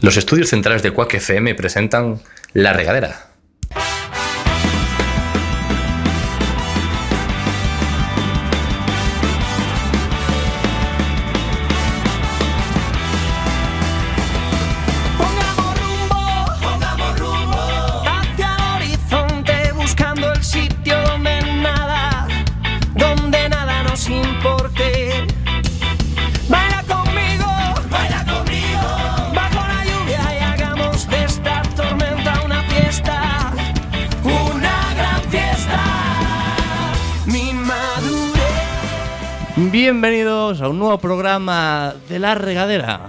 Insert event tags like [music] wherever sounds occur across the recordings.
Los estudios centrales de Quack FM presentan La Regadera. Pongamos rumbo, pongamos rumbo hacia el horizonte buscando el sitio donde nada, donde nada nos importe. Baila conmigo, baila conmigo bajo la lluvia y hagamos de esta tormenta una fiesta, una gran fiesta. Mi madurez. Bienvenidos a un nuevo programa de La Regadera.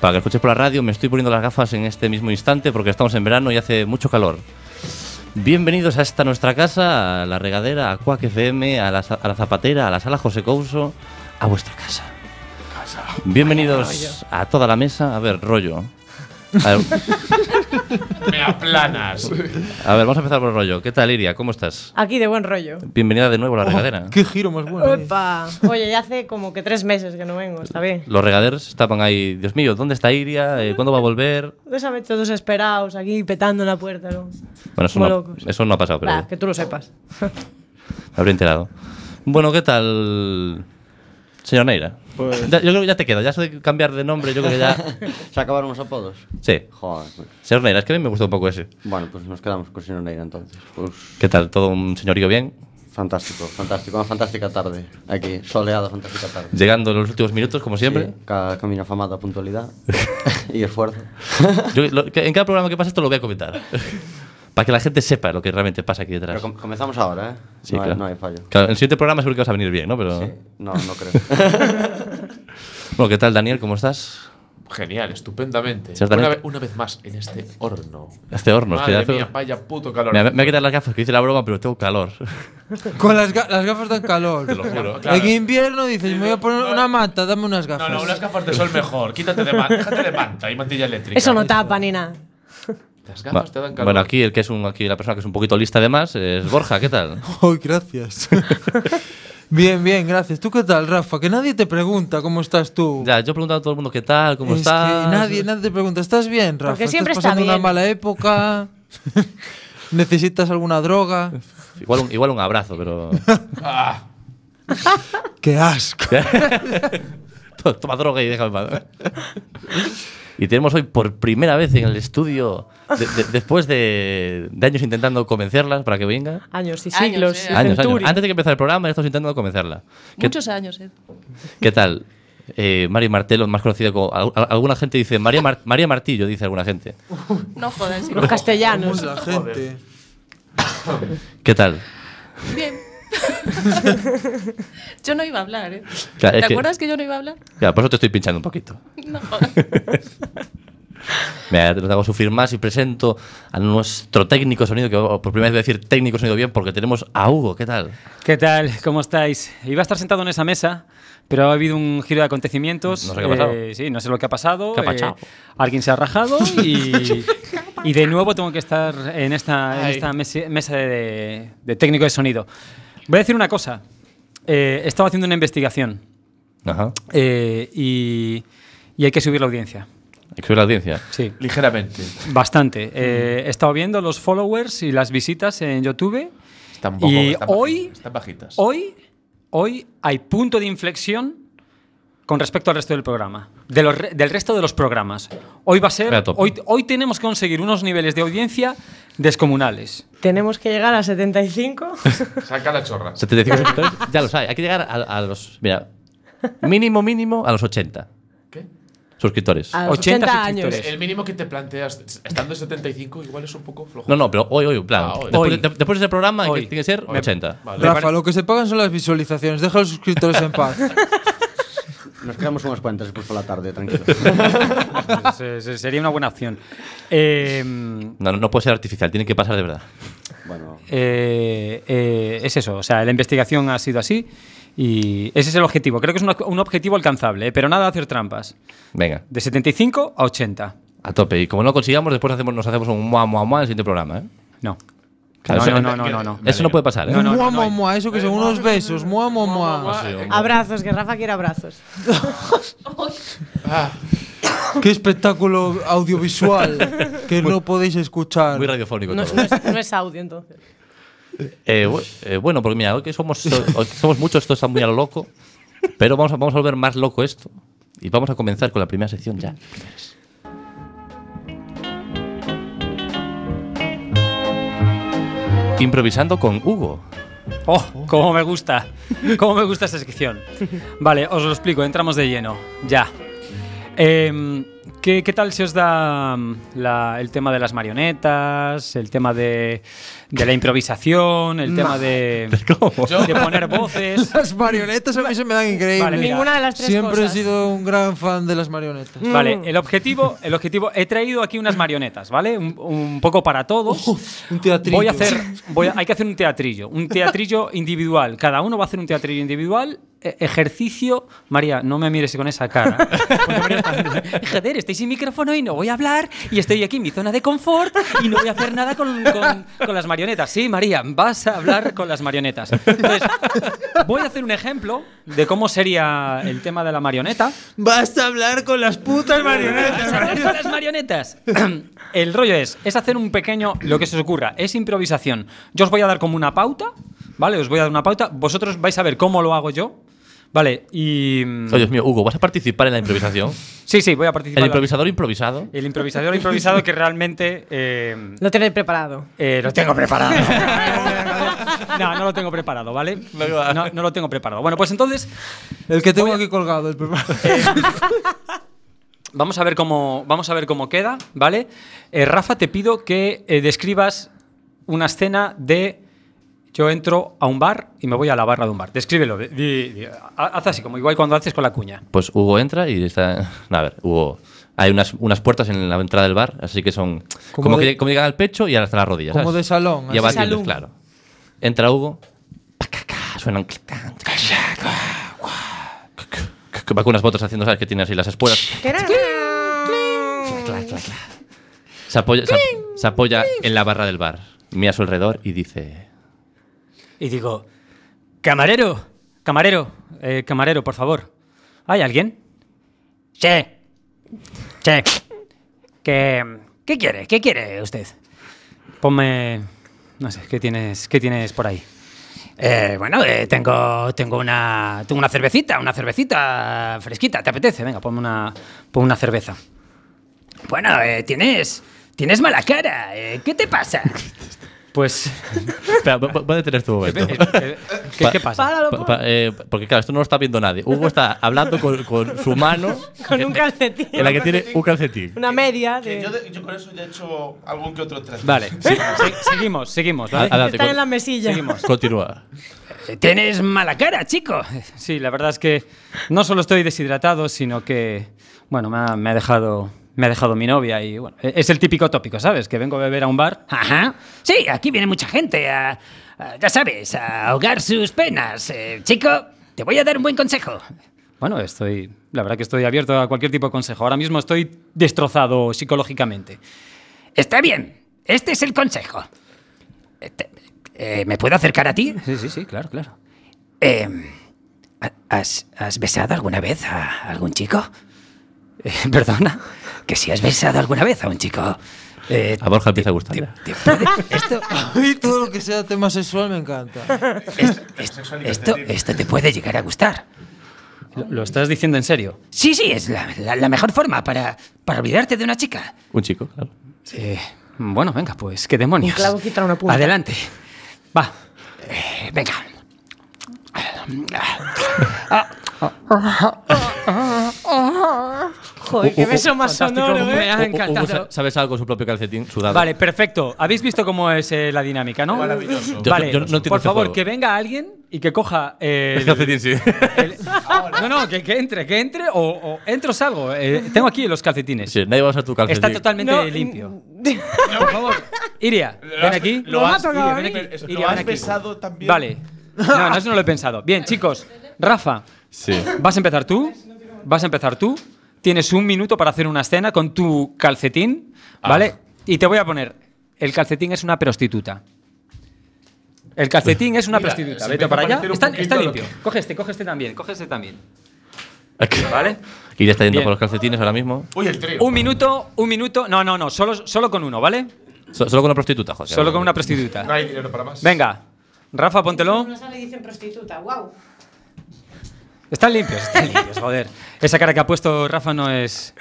Para que escuches por la radio, me estoy poniendo las gafas en este mismo instante porque estamos en verano y hace mucho calor. Bienvenidos a esta nuestra casa, a La Regadera, a Cuac FM, a la, Za- a la Zapatera, a la Sala José Couso, a vuestra casa. Bienvenidos a toda la mesa. A ver, rollo. A ver, [laughs] Me aplanas. a ver, vamos a empezar por el rollo. ¿Qué tal, Iria? ¿Cómo estás? Aquí de buen rollo. Bienvenida de nuevo a La Regadera. Oh, Qué giro más bueno. eh. Opa. Oye, ya hace como que tres meses que no vengo, está bien. Los regaderos estaban ahí. Dios mío, ¿dónde está Iria? Eh, ¿Cuándo va a volver? Déjame todos esperados aquí petando la puerta. ¿no? Bueno, eso Como no, locos. eso no ha pasado, pero Bah, que tú lo sepas. me habré enterado. Bueno, ¿qué tal, señor Neira? Pues- Ya- yo creo que ya te queda, ya eso de cambiar de nombre, yo creo que ya... [laughs] ¿Se acabaron los apodos? Sí, Joder. pues. señor Neira, es que a mí me gustó un poco ese. Bueno, pues nos quedamos con Sino Neira entonces. Pues ¿Qué tal? ¿Todo un señorío bien? fantástico, fantástico, una fantástica tarde. Aquí, soleada, fantástica tarde. Llegando en los últimos minutos, como siempre. Sí, [laughs] ca- camino afamado a [laughs] puntualidad y esfuerzo. Yo lo- que- en cada programa que pasa esto lo voy a comentar. [laughs] Para que la gente sepa lo que realmente pasa aquí detrás. Pero com- comenzamos ahora, ¿eh? Sí, no, hay- claro. no hay fallo. Claro, en el siguiente programa seguro que vas a venir bien, ¿no? Pero... ¿Eh? Sí, No, no [laughs] creo. Bueno, ¿qué tal, Daniel? ¿Cómo estás? Genial, estupendamente. Ciertamente. Una, ve- una vez más en este horno. Este horno, es que Madre hace- mía, vaya puto calor. Mira, me me voy a quitar las gafas que hice la broma, pero tengo calor. Con las, ga- las gafas dan calor. Te lo juro. Claro. En invierno dices, me voy a poner una manta, dame unas no, gafas. no, [laughs] unas gafas de sol mejor. Quítate de manta, déjate de manta y mantilla eléctrica. Eso no tapa ni nada. Las Va- gafas te dan calor. Bueno, aquí el que es un aquí la persona que es un poquito lista además es Borja, [laughs] ¿qué tal? Ay, gracias. [laughs] bien, bien, gracias. ¿Tú qué tal, Rafa? Que nadie te pregunta cómo estás tú. Ya, yo he preguntado a todo el mundo qué tal, cómo Es que estás. nadie, nadie te pregunta, ¿estás bien, Rafa? Porque siempre ¿Estás está pasando bien. una mala época? ¿Necesitas alguna droga? Igual un, igual un abrazo, pero [laughs] Ah, ¡Qué asco! to- toma droga y déjame en paz. Y tenemos hoy por primera vez en el estudio, de- de- después de, de años intentando convencerlas para que venga. Años y Años, siglos. eh, y Años, años. centurias. Antes de que empezara el programa, ya estamos intentando convencerla. ¿Qué, Muchos años, eh. Ed. qué tal? Eh, Mario Martelo, más conocido como. al- al- Alguna gente dice. María, Mar- María Martillo, dice alguna gente. No jodas. [laughs] sí. Los castellanos. La gente. ¿Qué tal? Bien. yo no iba a hablar, ¿eh? Claro, es ¿Te que- acuerdas que yo no iba a hablar? Ya, por eso te estoy pinchando un poquito. No jodas. [laughs] Mira, te lo hago sufrir más y presento a nuestro técnico de sonido, que oh, por primera vez voy a decir técnico de sonido bien, porque tenemos a Hugo, ¿qué tal? ¿Qué tal? ¿Cómo estáis? Iba a estar sentado en esa mesa, pero ha habido un giro de acontecimientos. No Eh, sé qué ha pasado. sí, no sé lo que ha pasado. eh, ¿Qué ha pachao? alguien se [laughs] ha rajado y, y de nuevo tengo que estar en esta, en esta mesi- mesa de, de técnico de sonido. Voy a decir una cosa. Eh, he estado haciendo una investigación Ajá. eh, y, y hay que subir la audiencia. Hay que subir la audiencia. Sí. ligeramente. Bastante. Eh, he estado viendo los followers y las visitas en YouTube. Están poco, Y están hoy- bajitas, están bajitas. Hoy, hoy hay punto de inflexión con respecto al resto del programa, de los re- del resto de los programas. Hoy va a ser, Ve a tope. hoy, hoy tenemos que conseguir unos niveles de audiencia descomunales. Tenemos que llegar a 75. Saca la chorra. [laughs] 75 suscriptores, ya lo sabes, hay que llegar a, a los. Mira, mínimo, mínimo a los 80 ¿Qué? suscriptores. Ah. A los 80 80 años. suscriptores. El mínimo que te planteas, estando en 75, igual es un poco flojo. No, no, pero hoy, hoy, en plan. Ah, hoy. Después, Hoy. de- después de ese programa, hay que- Hoy. tiene que ser Hoy. 80. Vale. Rafa, lo que se pagan son las visualizaciones. Deja a los suscriptores en paz. Nos quedamos unos cuantos después por la tarde, tranquilo. [laughs] Se- se- Sería una buena opción. Eh, No, no, no puede ser artificial, tiene que pasar de verdad. Bueno, eh, eh, es eso, o sea, la investigación ha sido así y ese es el objetivo. Creo que es un, un objetivo alcanzable, eh, pero nada de hacer trampas. Venga, De 75 a 80. a tope. Y como no lo consigamos, después hacemos, nos hacemos un mua, mua, mua en el siguiente programa, ¿eh? No. Claro, no, eso- no, no, no, no, no. Eso no puede pasar, ¿eh? No, no, mua, no, no mua, hay. mua, eso que son unos besos. Mua, mua, mua. Ah, eh, Abrazos, que Rafa quiere abrazos. ah, Qué espectáculo audiovisual que no podéis escuchar. Muy radiofónico No, todo. no es, no es audio entonces. Eh, bu- eh, bueno, porque mira, hoy que somos, hoy que somos muchos, esto está muy a lo loco. Pero vamos a, vamos a volver más loco esto. Y vamos a comenzar con la primera sección ya. Improvisando con Hugo. ¡Oh! ¡Cómo me gusta! ¡Cómo me gusta esta sección! Vale, os lo explico, entramos de lleno. Ya. Em, ¿qué, qué tal se os da mm, la- el tema de las marionetas, el tema de, de la improvisación, el tema de, de poner [laughs] voces? Las marionetas a mí se me dan increíbles. Vale, mira. Ninguna de las tres Siempre cosas. he sido un gran fan de las marionetas. Vale, el objetivo, el objetivo, he traído aquí unas marionetas, ¿vale? Un, un poco para todos. Un teatrillo. Voy [laughs] a hacer, voy a- hay que hacer un teatrillo, un teatrillo [laughs] individual. Cada uno va a hacer un teatrillo individual. E- ejercicio, María, no me mires con esa cara. Porque María está- Joder, estoy sin micrófono y no voy a hablar y estoy aquí en mi zona de confort y no voy a hacer nada con, con- con las marionetas. Sí, María, vas a hablar con las marionetas. Entonces, voy a hacer un ejemplo de cómo sería el tema de la marioneta. Basta hablar con las putas Vas a [laughs] marionetas. hablar con las marionetas. [clears throat] El rollo es, es hacer un pequeño, lo que se os ocurra, es improvisación. Yo os voy a dar como una pauta, ¿vale? Os voy a dar una pauta. Vosotros vais a ver cómo lo hago yo, ¿vale? Y... mm, Oh, Dios mío, Hugo, ¿vas a participar en la improvisación? Sí, sí, voy a participar. El en la- improvisador improvisado. el improvisador improvisado que realmente... eh, Lo tenéis preparado. eh, lo tengo preparado. [laughs] no, no lo tengo preparado, ¿vale? No, no lo tengo preparado. Bueno, pues entonces El que tengo aquí colgado, el primer- Vamos a ver cómo, vamos a ver cómo queda, ¿vale? Eh, Rafa, te pido que eh, describas una escena de yo entro a un bar y me voy a la barra de un bar. Descríbelo. di- di- di- ha- haz así, como igual cuando haces con la cuña. Pues Hugo entra y está. [laughs] no, A ver, Hugo. Hay unas, unas puertas en la entrada del bar, así que son. Como Como, de- que, como llegan al pecho y hasta las rodillas. Como ¿sabes? de salón, Y así. abatibles, Salón. claro. Entra Hugo. pacaca, Suena un clic, tan, clic, guau, guau, cuc, cuc, cuc, Va con unas botas haciendo, ¿sabes? Que tiene así las espuelas. Clac, clac, clac. Se apoya, se, se apoya en la barra del bar. Mira a su alrededor y dice. Y digo, camarero, camarero, eh, camarero, por favor. ¿Hay alguien? Sí. Sí. ¿Qué, qué quiere? ¿Qué quiere usted? Ponme... No sé, ¿qué tienes, qué tienes por ahí? "Eh, bueno, tengo, tengo, una, tengo una cervecita, una cervecita fresquita. ¿Te apetece? Venga, ponme una, ponme una cerveza. Bueno, eh, tienes, tienes mala cara. eh, ¿Qué te pasa? Pues Espera, va- va- va a detener tu momento. eh, ¿Qué, qué pasa? Páralo, Pa- pa- eh, porque claro, esto no lo está viendo nadie. Hugo está hablando con, con su mano [laughs] Con un calcetín. en la que tiene un calcetín. Una media Que yo, de. de- yo con eso ya he hecho algún que otro traje. Vale, se- seguimos, seguimos, ¿vale? Adelante, Están en la con- mesilla. Continúa. Tienes mala cara, chico. Sí, la verdad es que no solo estoy deshidratado, sino que, bueno, me ha, me ha dejado... Me ha dejado mi novia y bueno, e- es el típico tópico, ¿sabes? Que vengo a beber a un bar. Ajá. Sí, aquí viene mucha gente a, ya sabes, a ahogar sus penas. Eh, chico, te voy a dar un buen consejo. Bueno, estoy, la verdad que estoy abierto a cualquier tipo de consejo. Ahora mismo estoy destrozado psicológicamente. Está bien, este es el consejo. Eh, ¿Me puedo acercar a ti? Sí, sí, sí, claro, claro. ¿has, besado alguna vez a algún chico? Eh, Perdona, que si has besado alguna vez a un chico. eh, A Borja empieza a gustarle. te puede- esto, [laughs] Ay, todo lo que sea tema sexual me encanta. es- es- Sexual esto, incompatible. esto te puede llegar a gustar. ¿Lo, estás diciendo en serio? Sí, sí, es la, la- la mejor forma para, para olvidarte de una chica. Un chico, claro. Eh, bueno, venga, pues qué demonios. Un clavo quita una punta. Adelante. Va. Eh, venga. Joder, qué beso más Fantástico, sonoro, me ¿eh? ha Hugo encantado. sa- sabe algo con su propio calcetín sudado. Vale, perfecto. Habéis visto cómo es eh, la dinámica, ¿no? Maravilloso. Yo- Vale, yo no entiendo por este favor, juego. que venga alguien y que coja. eh, El calcetín, sí. [laughs] el- no, no, que, que entre, que entre o, o entro o salgo. Eh, tengo aquí los calcetines. Sí, nadie va a usar tu calcetín. Está totalmente No, limpio. Por favor, Iria, Lo ven has- aquí. lo has- Iria, lo ven aquí. has Iria, ven aquí. besado también. Vale. No, no, eso no lo he pensado. Bien, chicos. Rafa, Sí. vas a empezar tú. Vas a empezar tú. Tienes un minuto para hacer una escena con tu calcetín, Ah. ¿vale? Y te voy a poner, el calcetín es una prostituta. El calcetín es una Mira, prostituta. se Vete empieza para a allá. parecer un Está, poquito está a lo limpio. Coge este, coge este también, coge este también. [laughs] ¿Vale? Y le está yendo Bien. por los calcetines ahora mismo. Uy, el trío. Un minuto, un minuto. No, no, no. Solo, solo con uno, ¿vale? So- solo con una prostituta, José. Solo con una No prostituta. hay dinero para más. Venga, Rafa, póntelo. No sale y dicen prostituta, wow. Están limpios, están limpios, joder. Esa cara que ha puesto Rafa no es.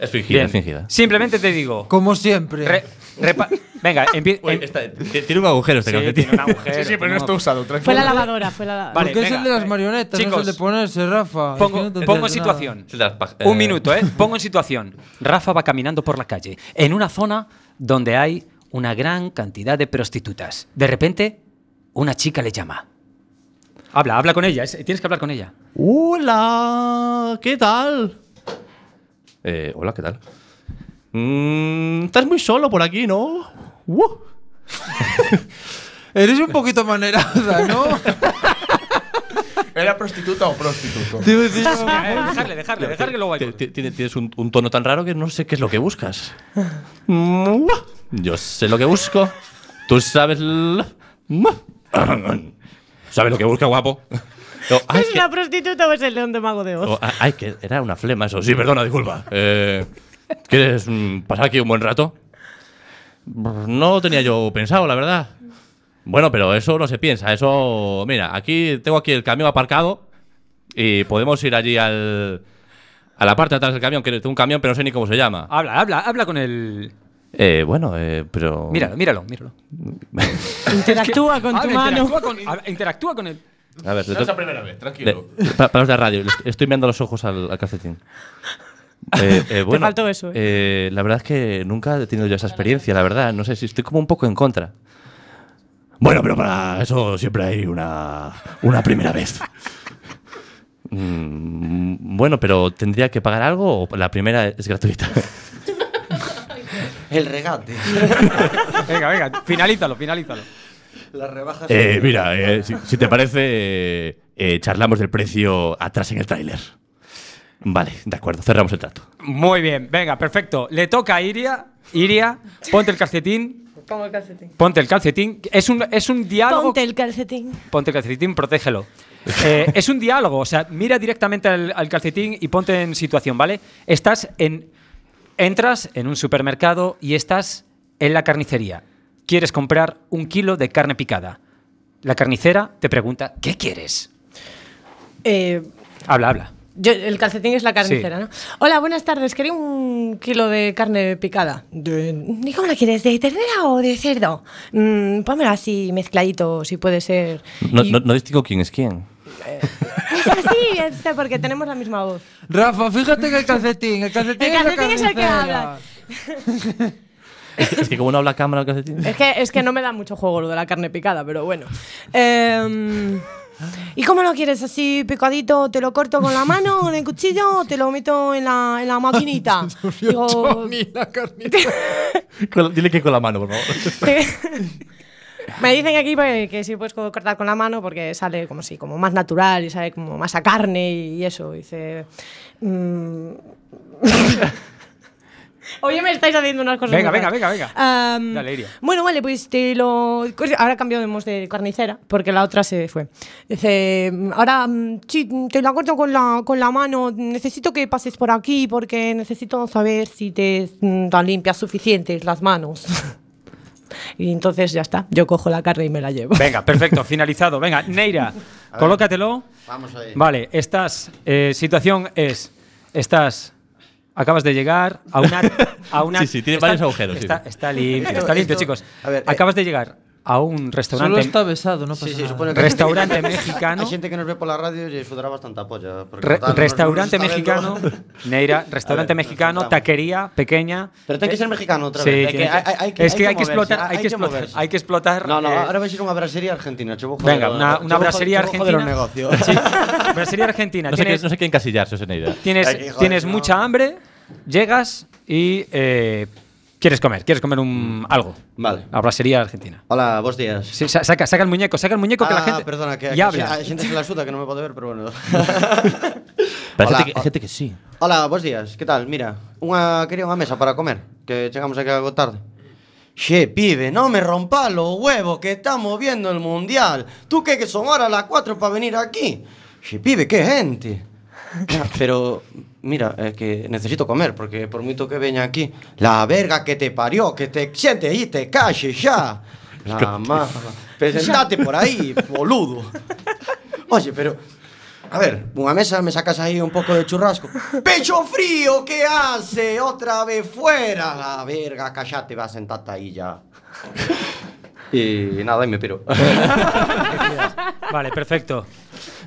Es fingida, Bien. es fingida. Simplemente te digo. Como siempre. re- repa- Venga, empie- Uy, em- está- t- tiene un agujero este Sí, calcetín. tiene un agujero, Sí, sí, pero no tiene está un- usado, Fue tranquilo. la lavadora, fue la lavadora. Vale, Porque es venga. el de las marionetas, no Chicos, es el de ponerse, Rafa. Es que Pongo, no te pongo enteras de nada. situación. Se las pa- eh, Un minuto, ¿eh? Pongo en situación. Rafa va caminando por la calle, en una zona donde hay una gran cantidad de prostitutas. De repente, una chica le llama. Habla, habla con ella. es- Tienes que hablar con ella. Hola, ¿qué tal? Eh, hola, ¿qué tal? Mm, estás muy solo por aquí, ¿no? Uh. Eres un poquito manerada, ¿no? [laughs] ¿Era prostituta o prostituto? Te iba a decir yo. dejarle, dejarle, dejarle que luego Ti- ti- tiene- Tienes un, un tono tan raro que no sé qué es lo que buscas. Mm, Yo sé lo que busco. Tú sabes. l- mm. [coughs] ¿Sabes lo que busca, guapo? No, ah, ¿Es es que- una prostituta o es el león de Mago de Oz? oh, ah, ay, que era una flema, eso. Sí, perdona, disculpa. Eh, ¿Quieres mm, pasar aquí un buen rato? Brr, No tenía yo pensado, la verdad. Bueno, pero eso no se piensa. Eso. Mira, aquí tengo aquí el camión aparcado y podemos ir allí al. A la parte de atrás del camión, que es un camión, pero no sé ni cómo se llama. Habla, habla, habla con el. Eh, bueno, eh, pero. Míralo, míralo, míralo. Interactúa con tu Habla, mano. Interactúa con, habla, interactúa con él. A ver, No es la primera vez, le- tranquilo. pa- para los de la radio, le est- estoy mirando los ojos al, al [laughs] calcetín. Eh, eh, bueno, faltó eso, eh, la verdad es que nunca he tenido yo esa experiencia, la verdad. No sé si estoy como un poco en contra. Bueno, pero para eso siempre hay una, una primera vez. [laughs] Mm, bueno, pero ¿tendría que pagar algo o la primera es gratuita? El regate. Venga, venga, finalízalo, finalízalo. Las rebajas. [laughs] Eh, mira, eh, si, si te parece, eh, eh, charlamos del precio atrás en el tráiler. Vale, de acuerdo, cerramos el trato. Muy bien, venga, perfecto. Le toca a Iria. Iria, ponte el calcetín. Pongo el calcetín. Ponte el calcetín. Es un, es un diálogo. Ponte el calcetín. Ponte el calcetín, protégelo. Eh, es un diálogo, o sea, mira directamente al, al calcetín y ponte en situación, ¿vale? Estás en. Entras en un supermercado y estás en la carnicería. Quieres comprar un kilo de carne picada. La carnicera te pregunta, ¿qué quieres? Eh, Habla, habla. yo- el calcetín es la carnicera, Sí. ¿no? Hola, buenas tardes. Quería un kilo de carne picada. De... ¿Y cómo la quieres? ¿De ternera o de cerdo? Mm, pónmelo así mezcladito, si puede ser. No, Y- no- no distingo quién es quién. [laughs] Es así, es porque tenemos la misma voz. Rafa, fíjate que el calcetín, el calcetín, El es la calcetín es el que carnicera. habla. Es, [laughs] es que como no habla a cámara el calcetín. Es que, es que no me da mucho juego lo de la carne picada, pero bueno. Em, ¿Y cómo lo quieres? ¿Así picadito? ¿Te lo corto con la mano, con el cuchillo o te lo meto en la, en la maquinita? Digo, Tony, la carnicera. [laughs] Con- dile que con la mano, por favor. [laughs] me dicen aquí pues, que sí puedes co- cortar con la mano porque sale como sí, como más natural y sale como más a carne y eso. Dice. mm. [laughs] Oye, me estáis haciendo unas cosas. Venga, muy venga, raras. venga, venga. Am, Dale, Iria. Bueno, vale, pues te lo. pues Ahora cambiamos de carnicera, porque la otra se fue. Dice, ahora mm, sí, te lo corto con la, con la mano. Necesito que pases por aquí, porque necesito saber si te mm, tan limpias suficientes las manos. y entonces ya está. Yo cojo la carne y me la llevo. Venga, perfecto, finalizado. Venga, Neira, colócatelo. Vamos ahí. Vale, estás. eh, situación es. Estás. Acabas de llegar a una. A una Sí, sí, tiene varios agujeros, sí. Está, está limpio, Esto- está limpio, esto- chicos. a ver, eh, acabas de llegar a un restaurante. Solo está besado, no pasa Sí, sí, nada. supone que- Restaurante [laughs] mexicano. Hay gente que nos ve por la radio y disfrutará bastante polla. porque re- total, no- no restaurante se está mexicano. viendo. [laughs] Neira, restaurante nos mexicano, juntamos. taquería, pequeña. Pero tiene que ser mexicano otra Sí, vez. tiene que- es que hay que explotar, hay que explotar, moverse. hay que explotar, No, no, eh, ahora eh, vais a ir a una brasería argentina. chubujo de Venga, lo- una, chubujo- una brasería chubujo argentina. de los negocios. Sí, brasería argentina. No sé, qué, Tienes- no sé qué encasillarse, es Eneida. Tienes, Ay, qué joder, tienes no. mucha hambre, llegas y eh, quieres comer, quieres comer un algo. Vale. La brasería argentina. Hola, buenos días. Sí, sa- saca, saca el muñeco, saca el muñeco que la Ah, gente. perdona, que, y que habla. hay gente que la suda que no me puede ver, pero bueno. [laughs] Pero hay Hola, gente, que, hay o- gente que sí. Hola, bons días, que tal? Mira, unha, quería unha mesa para comer Que chegamos aquí algo tarde Xe, pibe, non me rompa los huevos que estamos viendo el mundial Tú que que son ahora las 4 para venir aquí Xe, pibe, que gente Ya, Pero, mira, es que necesito comer, porque por mucho que veña aquí, la verga que te parió, que te sientes ahí, te calles ya. La ma- Presentate por ahí, boludo. Oye, pero, a ver, una mesa, me sacas ahí un poco de churrasco. ¡Pecho frío! ¿Qué hace? Otra vez fuera. La verga, callate, va a sentarte ahí ya. [laughs] Y nada, y me piro. Vale, perfecto.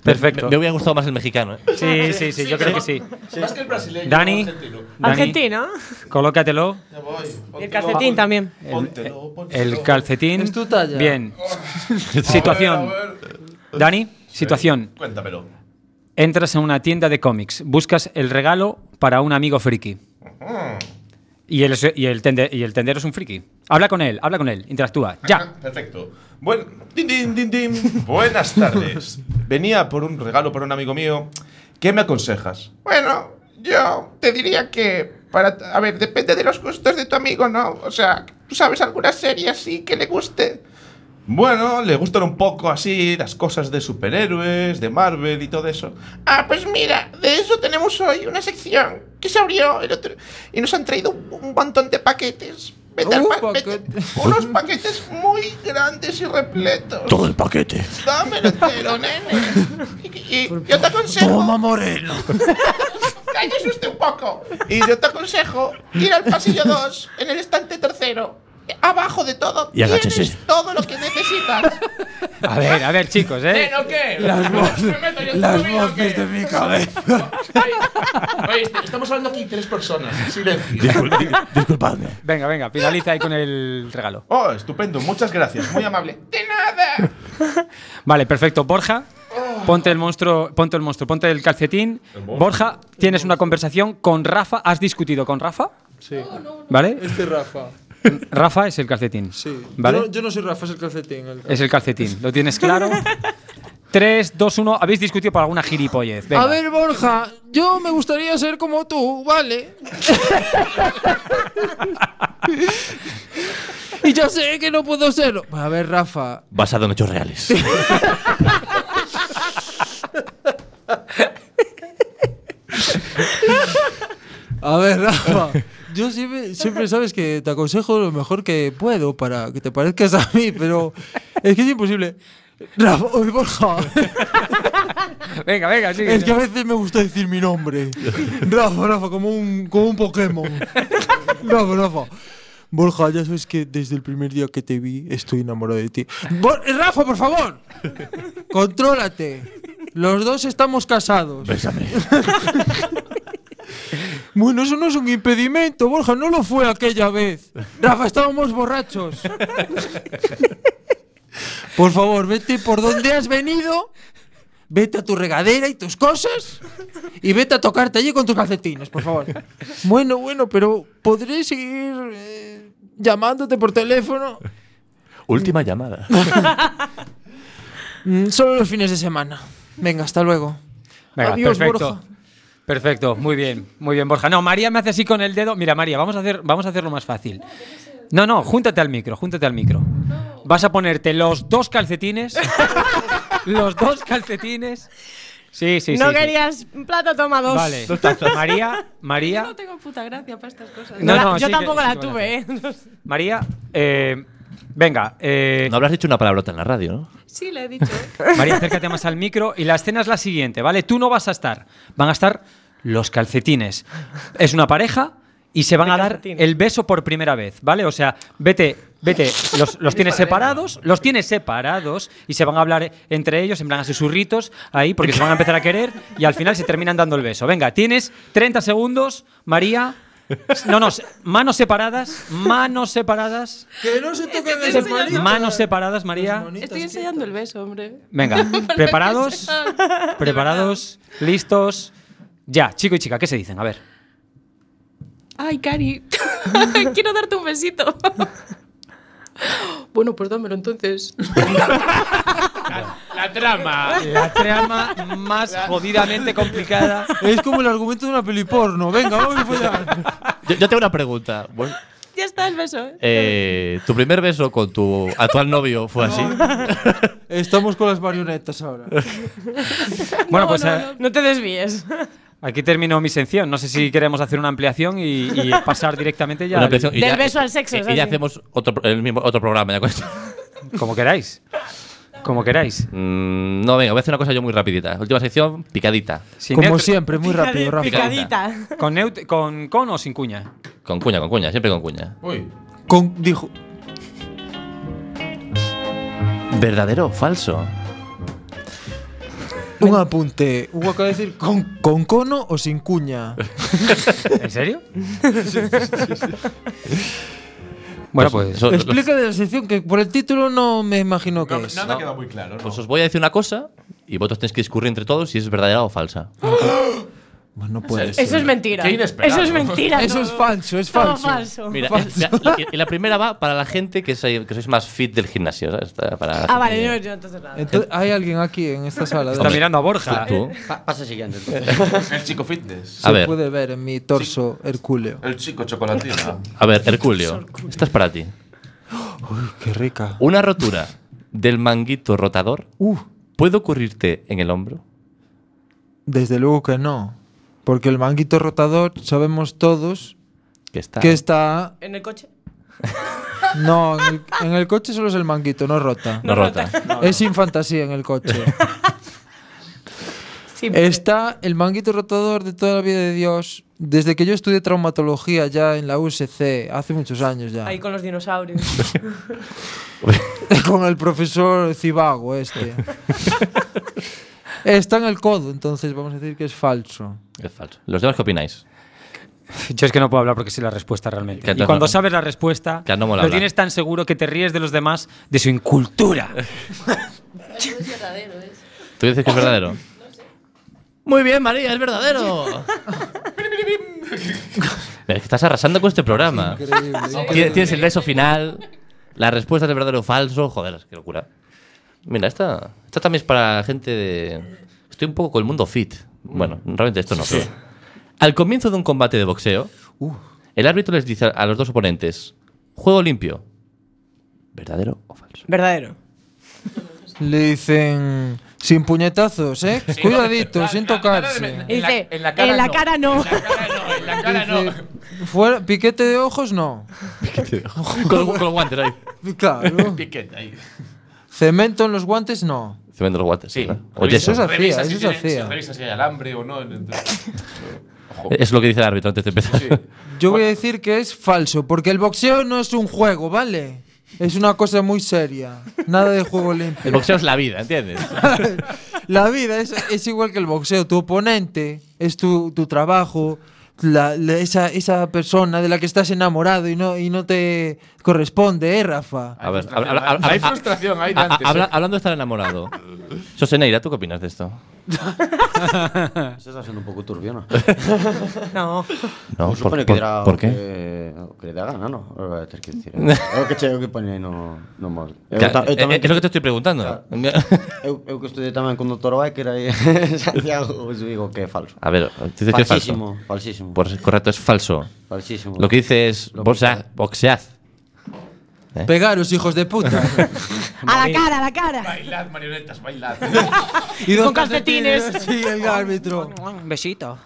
Perfecto. Me, me hubiera gustado más el mexicano, ¿eh? Sí, sí, sí, yo creo que sí. Más que el brasileño. Dani, el argentino. [laughs] Dani, Argentina. colócatelo. Ya voy, Y el póntelo. calcetín también. Póntelo, póntelo. El calcetín. Es tu [laughs] talla. Bien. A ver, Situación. a ver. Dani, situación. Cuéntamelo. Entras en una tienda de cómics, buscas el regalo para un amigo friki. Y el, y, el tende- y el tendero es un friki. Habla con él, habla con él, interactúa. Ya. Ah, Perfecto. Buen... Din, din, din, din. Buenas tardes. Venía por un regalo para un amigo mío. ¿Qué me aconsejas? Bueno, yo te diría que para a ver, depende de los gustos de tu amigo, ¿no? O sea, tú sabes alguna serie así que le guste. Bueno, le gustan un poco así las cosas de superhéroes, de Marvel y todo eso. Ah, pues mira, de eso tenemos hoy una sección que se abrió el otro y nos han traído un, un montón de paquetes. Vete al Uh, pa- vete- paquete. [laughs] unos paquetes muy grandes y repletos. Todo el paquete. Dámelo entero, nene. Y, y yo te aconsejo. Toma, Moreno. Cállese usted un poco. Y yo te aconsejo ir al pasillo 2, en el estante tercero. Abajo de todo, Y agáchese. tienes todo lo que necesitas. A ver, a ver, chicos, ¿eh? ¿Pero qué? Las voces, las voces de mi cabeza. Oye, est- estamos hablando aquí tres personas. Silencio. Venga, venga, finaliza ahí con el regalo. Oh, estupendo. Muchas gracias. Muy amable. De nada. Vale, perfecto. Borja, ponte el monstruo, ponte el monstruo, ponte el calcetín. Borja, tienes una conversación con Rafa. ¿Has discutido con Rafa? Sí. ¿Vale? Este es Rafa. Rafa es el calcetín. Sí. ¿Vale? Yo, no, yo no soy Rafa, es el calcetín. el Es el calcetín, ¿lo tienes [laughs] claro? 3, 2, 1. Habéis discutido por alguna gilipollez. Venga. A ver, Borja, yo me gustaría ser como tú, ¿vale? [laughs] y yo sé que no puedo serlo. A ver, Rafa. Basado en hechos reales. A ver, Rafa. Yo siempre, siempre sabes que te aconsejo lo mejor que puedo para que te parezcas a mí, pero es que es imposible. Rafa, oye, Borja. Venga, venga, sigue. Es que a veces me gusta decir mi nombre. Rafa, Rafa, como un, como un Pokémon. Rafa, Rafa. Borja, ya sabes que desde el primer día que te vi estoy enamorado de ti. Bor- Rafa, por favor. Contrólate. Los dos estamos casados. [laughs] Bueno, eso no es un impedimento, Borja, no lo fue aquella vez. Rafa, estábamos borrachos. Por favor, vete por donde has venido, vete a tu regadera y tus cosas y vete a tocarte allí con tus calcetines, por favor. Bueno, bueno, pero ¿podré seguir eh, llamándote por teléfono? Última llamada. Mm, solo los fines de semana. Venga, hasta luego. Venga, Adiós, perfecto. Borja. Perfecto, muy bien, muy bien, Borja. No, María me hace así con el dedo. Mira, María, vamos a, hacer, vamos a hacerlo más fácil. No, no, júntate al micro, júntate al micro. Vas a ponerte los dos calcetines. [laughs] los dos calcetines. Sí, sí, sí. no sí. querías un plato, toma dos. Vale. María, María, [laughs] No tengo puta gracia para estas cosas. No, No la- no, yo sí que- tampoco sí la que van a tuve, ¿eh? María, eh, venga, eh, No habrás dicho una palabrota en la radio, ¿no? Sí, le he dicho. María, acércate más al micro y la escena es la siguiente, ¿vale? Tú no vas a estar, van a estar los calcetines. Es una pareja y se van a dar calcetines. el beso por primera vez, ¿vale? O sea, vete, vete, los, los tienes separados, los tienes separados y se van a hablar entre ellos, en plan a susurritos ahí, porque se van a empezar a querer y al final se terminan dando el beso. Venga, tienes 30 segundos, María. No, no, se- manos separadas, manos separadas, [laughs] Que no se toquen estoy esas enseñando- manitas. manos separadas, María. Estoy enseñando el beso, hombre. [laughs] Venga, preparados, Para que sean. [laughs] preparados, listos. Ya, chico y chica, ¿qué se dicen? A ver. [laughs] Ay, Cari, [laughs] quiero darte un besito. [laughs] bueno, pues dámelo entonces. [laughs] La trama. La trama más jodidamente complicada. Es como el argumento de una peli porno. Venga, vamos a follar. Yo, yo tengo una pregunta. Bueno, Ya está el beso. Eh, tu primer beso con tu actual novio fue así. Estamos con las marionetas ahora. [laughs] Bueno, pues eh, No te desvíes. aquí termino mi sección. No sé si queremos hacer una ampliación y, [laughs] y pasar directamente ya. Una al- ampliación y Del beso al sexo, y- Y, ¿sabes? ya hacemos otro, pro- el mismo, otro programa. ya con esto. Como queráis. Como queráis. Mm, no, venga, voy a hacer una cosa yo muy rapidita. Última sección, picadita. Sin Como neut- siempre, muy rápido, Rafa. Picadita. Con, neut- con, con o sin cuña. Con cuña, con cuña, siempre con cuña. Uy. Con- dijo, ¿Verdadero o falso? un apunte. Hugo acaba de decir con, con cono o sin cuña. [laughs] ¿En serio? bueno, pues. eso- [laughs] [laughs] Explícale la sección que por el título no me imagino qué No, es. no me ha quedado muy claro. ¿no? Pues os voy a decir una cosa y vosotros tenéis que discurrir entre todos si es verdadera o falsa. Bueno, pues, no puede ser. Eso es mentira. Qué inesperado. Eso es mentira. Eso todo. es falso, es Todo falso. falso. Mira, es- la, la- y la primera va para la gente que, sois- que sois más fit del gimnasio. ¿sabes? Está Para Ah, vale, no, yo entonces nada. Entonces, Eh, hay alguien aquí en esta sala. Está mirando a Borja. ¿eh? Tú. Pa- pasa siguiente. entonces. [laughs] El chico fitness. Se A ver. puede ver en mi torso hercúleo. El chico chocolatina. A ver, Herculio, esta [gasps] es para ti. Qué rica. Una rotura del manguito rotador Uh, puede ocurrirte en el hombro. desde luego que no. Porque el manguito rotador sabemos todos Que está. que está. ¿En el coche? No, en el, en el coche solo es el manguito, no rota. No rota. Es sin fantasía en el [laughs] coche. Sí. Este, Está el manguito rotador de toda la vida de Dios. Desde que yo estudié traumatología ya en la USC, hace muchos años ya. Ahí con los dinosaurios. [laughs] Con el profesor Cibago [laughs] este. Está en el codo, entonces vamos a decir que es falso. Es falso. ¿Los demás qué opináis? Yo es que no puedo hablar porque sé la respuesta realmente. Que Y no- cuando sabes la respuesta, Que no mola lo hablar. tienes tan seguro que te ríes de los demás de su [laughs] incultura. ¿Tú dices que es verdadero? Muy bien, María, es verdadero. Pero es que estás arrasando con este programa. Increíble. Tien- Tienes el beso final, la respuesta de verdadero o falso. Joder, qué locura. Mira, esta, esta también es para gente de. Estoy un poco con el mundo fit. Bueno, realmente esto no. pero- Al comienzo de un combate de boxeo, el árbitro les dice a los dos oponentes: juego limpio. ¿Verdadero o falso? [laughs] Verdadero. Le dicen sin puñetazos, ¿eh? Cuidadito, sin tocarse. Y dice, en la cara, no. [laughs] Dice, fuera, piquete de ojos [laughs] no. con, con los guantes ahí. Claro. Piquete ahí. Cemento en los guantes no. Cemento los guantes. Sí. ¿verdad? O Revisa- Eso yeso. es así, revisa eso si es tiene- así. si Revisa si hay alambre o no. Entonces, Ojo. Es lo que dice el árbitro antes de empezar. Yo voy a decir que es falso, porque el boxeo no es un juego, ¿vale? Es una cosa muy seria. Nada de [laughs] juego El limpio. boxeo es la vida, ¿entiendes? [laughs] La vida es, es igual que el boxeo. Tu oponente es tu, tu trabajo. la- la- esa, esa persona de la que estás enamorado y no, y no te corresponde, ¿eh, Rafa? A ver, frustración, habla- habla- hay habla- frustración, hay a- a- Dante, habla- sí. Hablando de estar [laughs] enamorado. Soseneira, ¿tú qué opinas de esto? Eso está siendo un poco turbio, ¿no? No. No, Supone que dirá por qué? Que, que le da gana, ¿no? Ahora tienes que decir. [laughs] Eu que che, eu que ponía aí no, no móvil. Eu, Claro, ta, eu, eh, eh, tamén, es lo que te estoy preguntando. eu, eu que estudiei tamén con Dr. Biker [laughs] aí Santiago, os digo que é falso. [laughs] A ver, tú dices que es falso. Falsísimo, falsísimo. Por- correcto, es falso. falsísimo. Lo que dice es Lo boxead. boxead. Pegaros, hijos de [laughs] puta. A la cara, a la cara. Bailad, marionetas, bailad. y Con calcetines. Sí, el árbitro. Un besito.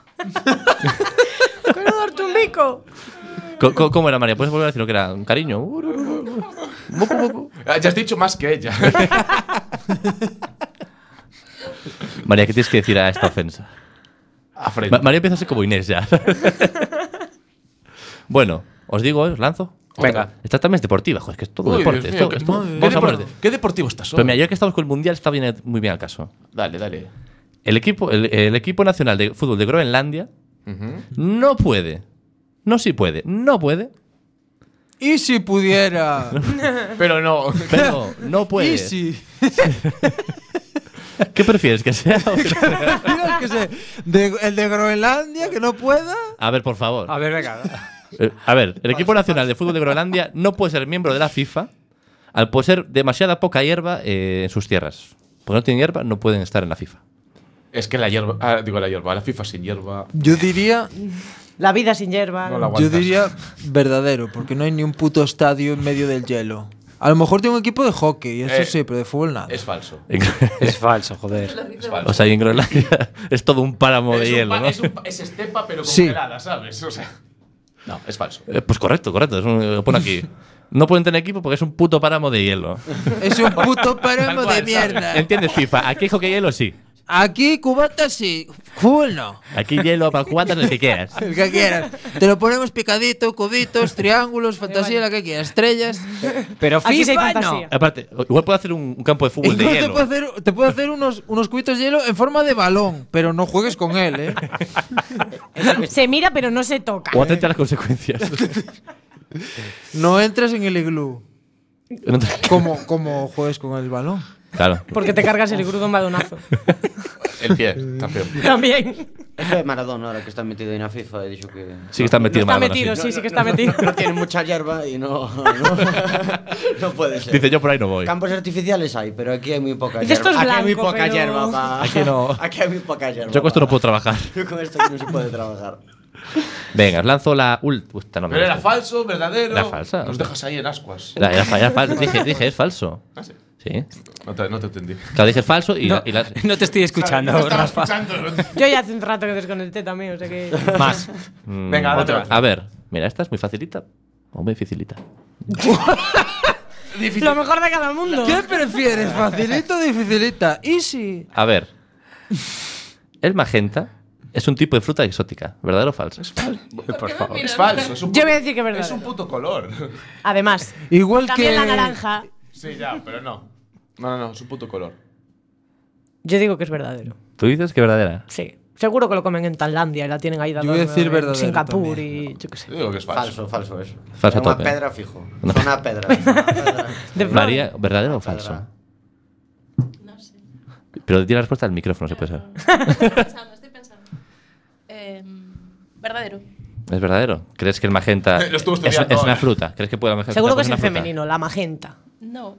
Quiero darte un bico. Co- co- ¿Cómo era, María? ¿Puedes volver a decir lo que era? ¿Un cariño? Uh, Moco, moco. Ah, ya has dicho más que [laughs] ella. María, ¿qué tienes que decir a esta ofensa? A frente. Ma- María empieza a ser como Inés ya. [laughs] bueno, os digo, eh, os lanzo. Venga. Esta también es deportiva, joder, es que es todo Uy, deporte. Dios esto- mío, qué- esto- qué vamos a depor- muerte. ¿Qué deportivo estás Pero hoy? mira, ayer que estamos con el Mundial está bien, muy bien al caso. Dale, dale. El equipo, el, el equipo nacional de fútbol de Groenlandia no puede, no sí puede, no puede, Y si pudiera. Pero no. pero [laughs] no puede. Y si. ¿Qué prefieres que sea? Mira, que sé, de- el de Groenlandia que no pueda. A ver, por favor. A ver, venga. Eh, A ver, el equipo nacional de fútbol de Groenlandia no puede ser miembro de la FIFA al poseer demasiada poca hierba eh, en sus tierras. Porque no tienen hierba, no pueden estar en la FIFA. [laughs] Es que la hierba. ah, digo la hierba, la FIFA sin hierba. Yo diría La vida sin hierba. No la Yo diría verdadero, porque no hay ni un puto estadio en medio del hielo. A lo mejor tengo un equipo de hockey, eso Eh, sí, pero de fútbol nada. Es falso. Es falso, joder. Es falso. O sea, ahí en Groenlandia [laughs] es todo un páramo de Es un hielo, pa- ¿no? es, un pa- es estepa, pero Sí. congelada, ¿sabes? O sea. No, es falso. Eh, Pues correcto, correcto. es un- lo pone aquí. No pueden tener equipo porque es un puto páramo de hielo. Es un puto Tal páramo cual, de ¿sabes? mierda. ¿Entiendes, FIFA? Aquí hijo que hielo sí. Aquí cubata sí, fútbol no. Aquí hielo para cuantas lo que quieras. El que quieras. Te lo ponemos picadito, cubitos, triángulos, fantasía, la que quieras, estrellas. Pero Aquí sí hay FIFA no. fantasía. Aparte, igual puedo hacer un, un campo de fútbol de Incluso te hielo. puedo hacer, te puedo hacer unos, unos cubitos de hielo en forma de balón, pero no juegues con él, ¿eh? Se mira, pero no se toca. O atente a las consecuencias. No entres en el iglú. No te- Como, como juegues con el balón. claro. Porque te cargas el grudo un badonazo. El pie, campeón. [laughs] También. Eso es Maradona ahora que está metido en la FIFA. He dicho que. Sí que están No metidos está Maradona, sí. metido, sí, sí que está metido. No tiene mucha hierba y no. [laughs] No, no puede ser. Dice yo por ahí no voy. Campos artificiales hay, pero aquí hay muy poca Dice, hierba. esto es aquí hay muy blanco, poca pero- hierba. [laughs] pa. Aquí no. Aquí hay muy poca hierba. Yo con esto pa. no puedo trabajar. Yo [laughs] con esto no se puede trabajar. Venga, os lanzo la ult. Usta, no me Pero era gusta. falso, verdadero. Era falsa. Nos dejas ahí en ascuas. La- era fa- era falso. Dije, dije, es falso. Sí. No te, no te entendí. Claro, dije es falso y, No, la- y [laughs] la- no te estoy escuchando, No estaba Rafa. escuchando. Yo ya hace un rato que desconecté también, o sea que. Más. Mm, Venga, date otra. A ver, mira, esta es muy facilita. O muy dificilita. Lo mejor de cada mundo. ¿Qué prefieres, facilito o dificilita? Easy. A ver. El magenta es un tipo de fruta exótica. ¿Verdadero o falso? Por favor. Es falso. Es un Yo voy a puto- decir que es verdad. Es un puto color. Además, Igual también que. la naranja. [laughs] Sí, ya, pero no. No, no, no, es un puto color. Yo digo que es verdadero. Tú dices que verdadera. Sí. Seguro que lo comen en Tailandia y la tienen ahí dando. voy a decir verdadero Singapur también. y yo qué sé. Yo digo que es falso. Falso, falso eso. Falso a una tope. pedra fijo. No. Una pedra. Una pedra. [laughs] De Fran. María, ¿verdadero o falso? Pero tiene la respuesta al micrófono, si puede ser. Estoy pensando, estoy pensando. Eh, verdadero. ¿Es verdadero? ¿Crees que el magenta [laughs] Lo es, estuvo estudiando, es una ¿eh? fruta? ¿Crees que puede la magenta Seguro que puede es ser el una fruta? femenino, la magenta. No.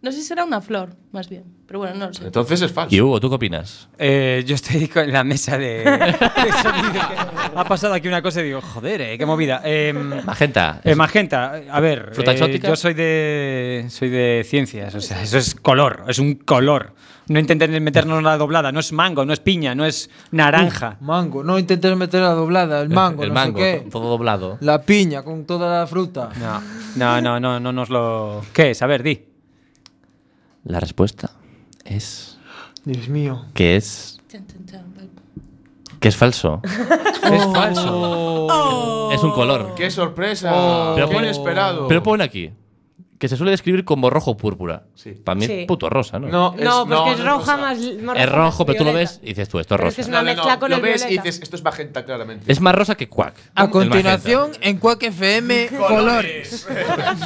No sé si será una flor, más bien. Pero bueno, no lo sé. Entonces es falso. Y Hugo, ¿tú qué opinas? Eh, yo estoy con la mesa de, de sonido. Ha pasado aquí una cosa y digo, joder, eh, qué movida. Em, Magenta. Eh, es- magenta, a ver, ¿Fruta eh, exótica? yo soy de soy de ciencias, o sea, eso es color, es un color. No intenten meternos la doblada, no es mango, no es piña, no es naranja. Mango. No intentes meter la doblada, el mango, el no mango, sé to- qué. todo doblado. La piña con toda la fruta. No, no, no, no, no nos lo ¿Qué es? A ver, di. La respuesta es Dios mío. que es Chan, chan, chan. que es [laughs] falso. Es falso. Oh. Es un color. ¡Qué sorpresa! Pero ¡Qué pone- inesperado! Pero pone aquí que se suele describir como rojo purpura. Sí. Para mí Sí. es puto rosa, ¿no? No, es, no, porque no, es no roja rosa. más, más es roja rojo, más pero tú lo violeta. ves y dices tú, esto es rosa. Pero es que Es, es una mezcla con lo el ves violeta. y dices, esto es magenta, claramente. más rosa que cuac. A El continuación, en Quack [laughs] FM, colores. magenta.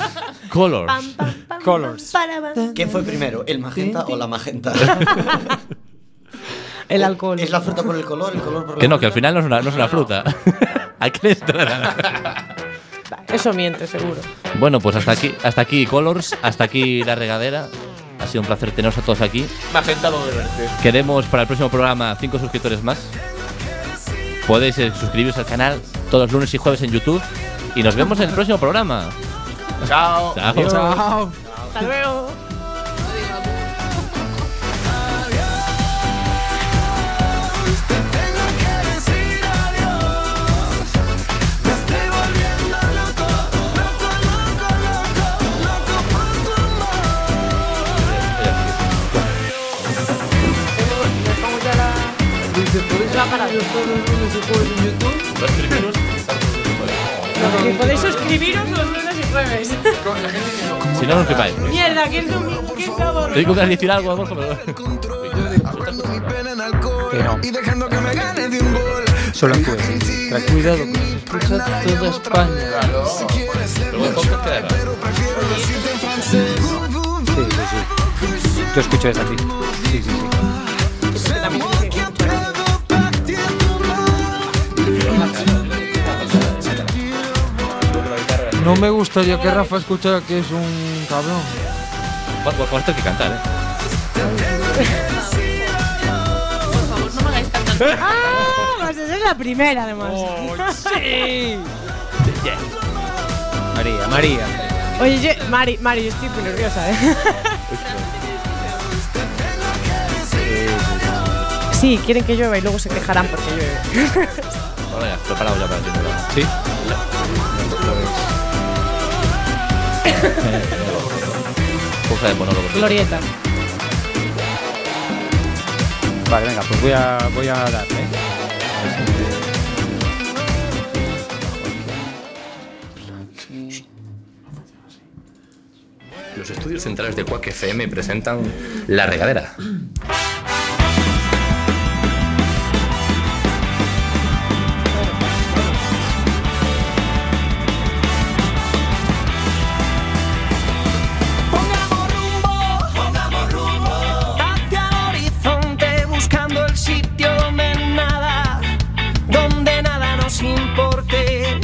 Colors. Pam, pam, pam, Colors. pam, para, pam. ¿Qué fue primero, el magenta o la [laughs] magenta? El alcohol. ¿Es la fruta por el color, el color por la Que no, que al fruta? final no es una, no es una fruta. [laughs] Hay que entrar. Eso miente, seguro. Bueno, pues hasta aquí, hasta aquí Colors, hasta aquí la regadera. Ha sido un placer teneros a todos aquí. Magenta lo verde. Queremos para el próximo programa 5 suscriptores más. Podéis eh, suscribiros al canal todos los lunes y jueves en YouTube. Y nos vemos en el próximo programa. Chao. Chao. Chao. Hasta luego. Y podéis suscribiros los lunes y jueves. Si no, no os preocupéis. Mierda, que es domingo, que es sábado. Tengo que decir algo, Borja, pero- Que no. Solo en QS. Cuidado, que se escucha toda España. Sí, sí, sí. Yo escucho desde aquí. Sí, sí, sí. No me gustaría que Rafa escuchara que es un cabrón. Borja, Borja, tengo que cantar, ¿eh? Por favor, no me hagáis tanto. ¡Ah! ¡Vas a ser es la primera, además. Oh, [laughs] sí! María, María. Oye, yo- Mari, Mari, yo estoy [laughs] muy nerviosa, ¿eh? Sí, quieren que llueva y luego se quejarán porque llueve. Ahora ya, preparado ya para el programa. ¿Sí? Cosa de monólogo. Glorieta. Vale, venga, pues voy a, voy a darle. Los estudios centrales de Quack FM presentan La Regadera. Pongamos rumbo hacia el horizonte buscando el sitio donde nada, donde nada nos importe.